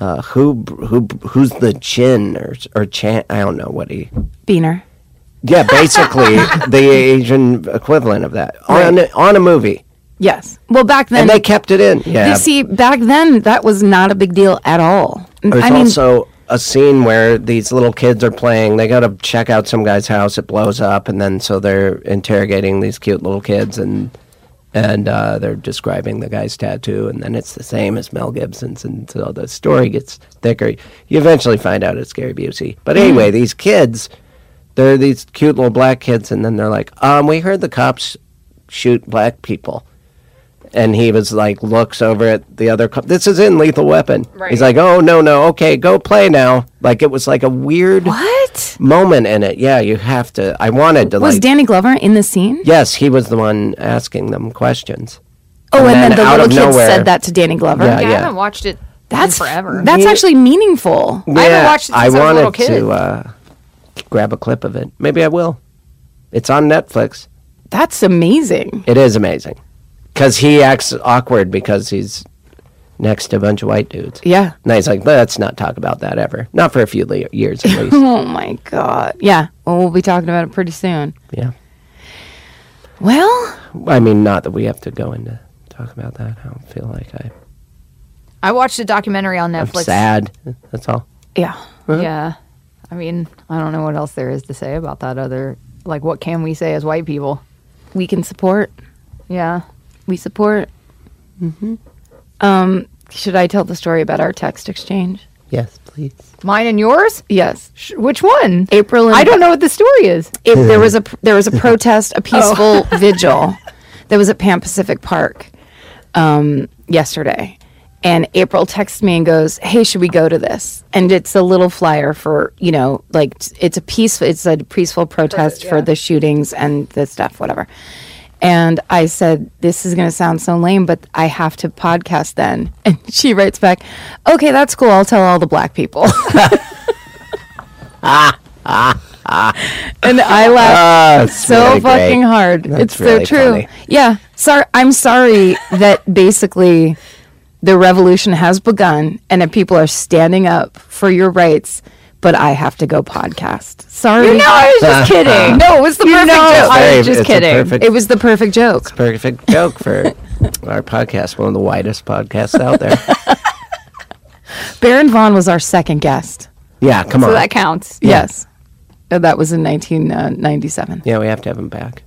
uh, "Who, who, who's the chin or or chan? I don't know what he."
Beaner.
Yeah,
(laughs)
basically the Asian equivalent of that on a, on a movie,
Yes. Well, back then,
and they kept it in.
you
Yeah,
see, back then that was not a big deal at all.
There's
I mean,
also a scene where these little kids are playing. They go to check out some guy's house. It blows up, and then so they're interrogating these cute little kids, and and uh, they're describing the guy's tattoo, and then it's the same as Mel Gibson's, and so the story gets thicker. You eventually find out it's Gary Busey, but anyway,
Hmm.
these kids, they're these cute little black kids, and then they're like, um, we heard the cops shoot black people. And he was like, looks over at the other. Co- this is in Lethal Weapon.
Right.
He's like, oh no no okay go play now. Like it was like a weird
what
moment in it. Yeah, you have to. I wanted to
was
like.
Danny Glover in the scene?
yes, he was the one asking them questions.
oh, and then,
then
the
out
little
of
kids
nowhere-
said that to Danny Glover.
Uh, Yeah,
Yeah, I
yeah.
haven't watched it. (laughs) That's
That's
forever.
That's actually meaningful.
Yeah,
haven't watched it since I was a
wanted
little kid.
to uh, grab a clip of it. Maybe I will. It's on Netflix.
That's amazing.
It is amazing because he acts awkward because he's next to a bunch of white dudes.
Yeah.
And he's like, let's not talk about that ever. Not for a few le- years at least.
Oh my god. Yeah. Well, we'll be talking about it pretty soon.
yeah.
Well,
I mean, not that we have to go into talk about that. I don't feel like I,
I watched a documentary on
I'm
Netflix.
sad. That's all.
yeah.
Yeah. I mean, I don't know what else there is to say about that other like what can we say as white people?
We can support.
Yeah.
We support. Um, should I tell the story about our text exchange?
Yes, please.
Mine and yours?
Yes.
Sh- Which one?
April and
I don't know what the story is.
if there was a there was a protest, a peaceful vigil that was at Pan Pacific Park um, yesterday, and April texts me and goes, "Hey, should we go to this?" And it's a little flyer for you know, like it's a peaceful it's a peaceful protest for the shootings and the stuff, whatever. And I said, This is going to sound so lame, but I have to podcast then. (laughs) And she
(laughs)
(laughs) writes back, Okay, that's cool. I'll tell all the black people. and I laughed
Ah, That's
so
really great.
fucking hard.
That's
it's
really
so true.
funny.
Yeah. Sorry, I'm sorry (laughs) that basically the revolution has begun and that people are standing up for your rights. But I have to go podcast. Sorry.
You know, I was
(laughs)
just kidding.
No, it was the
You
perfect
know,
joke.
Very-
I was just
it's a
kidding.
perfect-
it was the perfect joke.
Perfect
(laughs)
joke for our podcast, one of the widest podcasts out there.
Baron Vaughn was our second guest.
Yeah, come
So
on.
that counts.
Yes. Uh, That was in uh, 1997.
yeah, we have to have him back.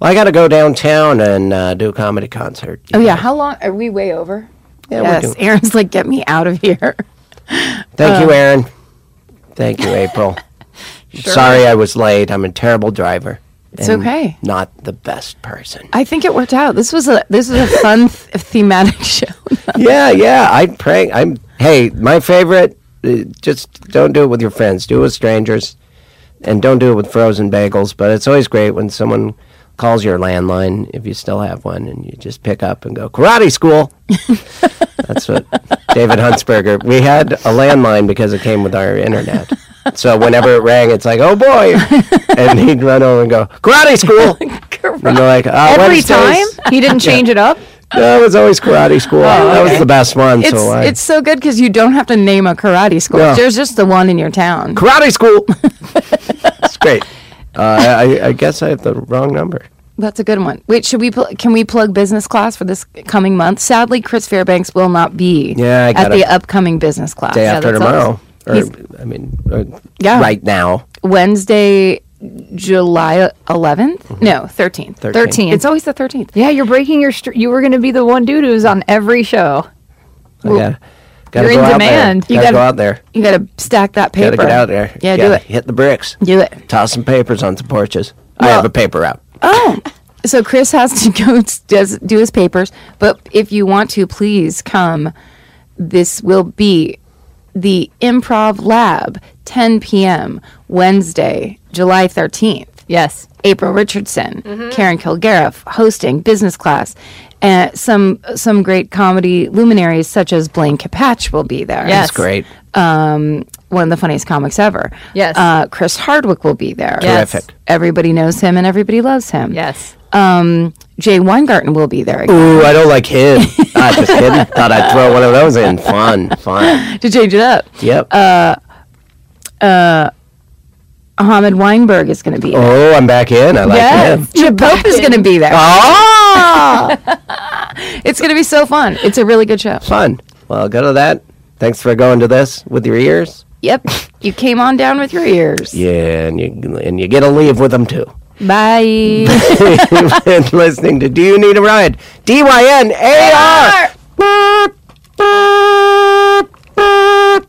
Well, I got to go downtown and uh, do a comedy concert.
Oh, yeah. How long? Are we way over?
Yeah, we're
yes.
doing-
Aaron's like, get me out of here.
Thank
Uh,
you, Aaron. Thank you,
(laughs)
April. Sorry I was late. I'm a terrible driver.
It's
and
okay.
Not the best person.
I think it worked out. This was a this was a (laughs) fun th- thematic show. (laughs)
yeah, yeah. I'd prank. I'm. Hey, my favorite. uh, Just don't do it with your friends. Do it with strangers, and don't do it with frozen bagels. But it's always great when someone calls your landline if you still have one, and you just pick up and go karate school. That's what David Huntsberger. We had a landline because it came with our internet. So whenever it rang, it's like, oh boy, and he'd run over and go karate school. And they're like, uh,
Every
Wednesdays-
time he didn't
(laughs)
change it up.
no, it was always karate school. That was the best one.
It's
so I,
it's so good because you don't have to name a karate school.
Yeah.
There's just the one in your town.
karate
(laughs)
school. it's great. Uh, I, I- I guess I have the wrong number.
That's a good one. Wait, should we pl- can we plug business class for this coming month? Sadly, Chris Fairbanks will not be
Yeah, I
at
gotta-
the upcoming business class.
Day
Yeah,
after
that's
tomorrow.
awesome.
Or,
He's-
I mean, or
Yeah.
right now.
Wednesday, July 11th?
Mm-hmm.
No, 13th. 13th.
13.
It's always the 13th.
Yeah, you're breaking your. Str- you were going to be the one dude who's on every show.
I gotta, gotta
you're in
go out there.
demand. You
Gotta
gotta-
go out there.
You got to stack that paper.
Gotta get out there.
Yeah, do
Gotta
it.
Hit the bricks.
Do it.
Toss some papers on some porches. I have a paper out.
So Chris has to (laughs) go s- does, do his papers, but if you want to, please come. This will be the Improv Lab, 10 p.m. Wednesday, July 13th.
Yes. Mm-hmm.
April Richardson, Karen Kilgariff hosting business class, and some some great comedy luminaries such as Blaine Capatch will be there.
Yes.
It's
(laughs)
great.
um, one of the funniest comics ever.
Yes.
uh, Chris Hardwick will be there.
Yes. Terrific.
Everybody knows him and everybody loves him.
Yes.
Um, Jay Weingarten will be there.
Ooh, I don't like him. I just kidding. Thought I'd throw one of those
(laughs)
in. Fun, fun.
To change it up,
Yep.
Uh, Ahmed Weinberg is going to be there.
oh, I'm back in. I like him.
Yes. Jim Pope is going to be there. Oh.
Ah!
It's going to be so fun. It's a really good show.
fun. Well, go to that. Thanks for going to this with your ears.
Yep. You came on down with your ears.
Yeah, and you and you get to leave with them too.
Bye.
You've been (laughs) listening to Do You Need a Ride? D Y N A R. Boop, boop, boop.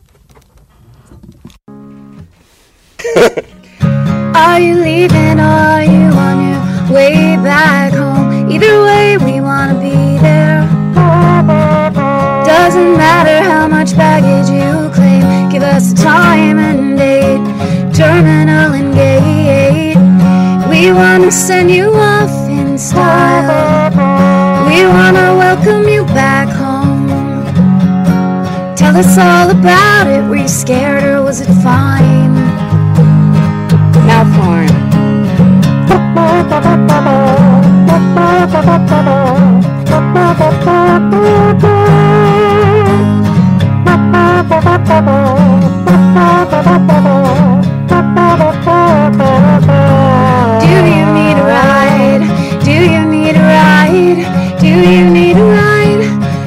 Are you leaving? Are you on your way back home? Either way, we wanna be there. Doesn't matter how much baggage you claim, give us a time and date, terminal and gate. We wanna send you off in style. We wanna welcome you back home. Tell us all about it. Were you scared or was it fine? Now form. Do you need a ride? Do you need a ride? Do you need a ride?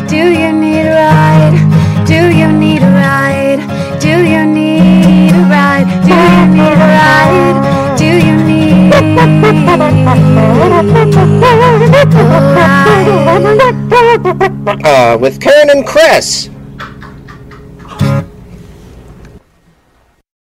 Do you need a ride? Do you need a ride? Do you need a ride? Do you need a ride? Do you need a ride?
Uh, with Karen and Chris.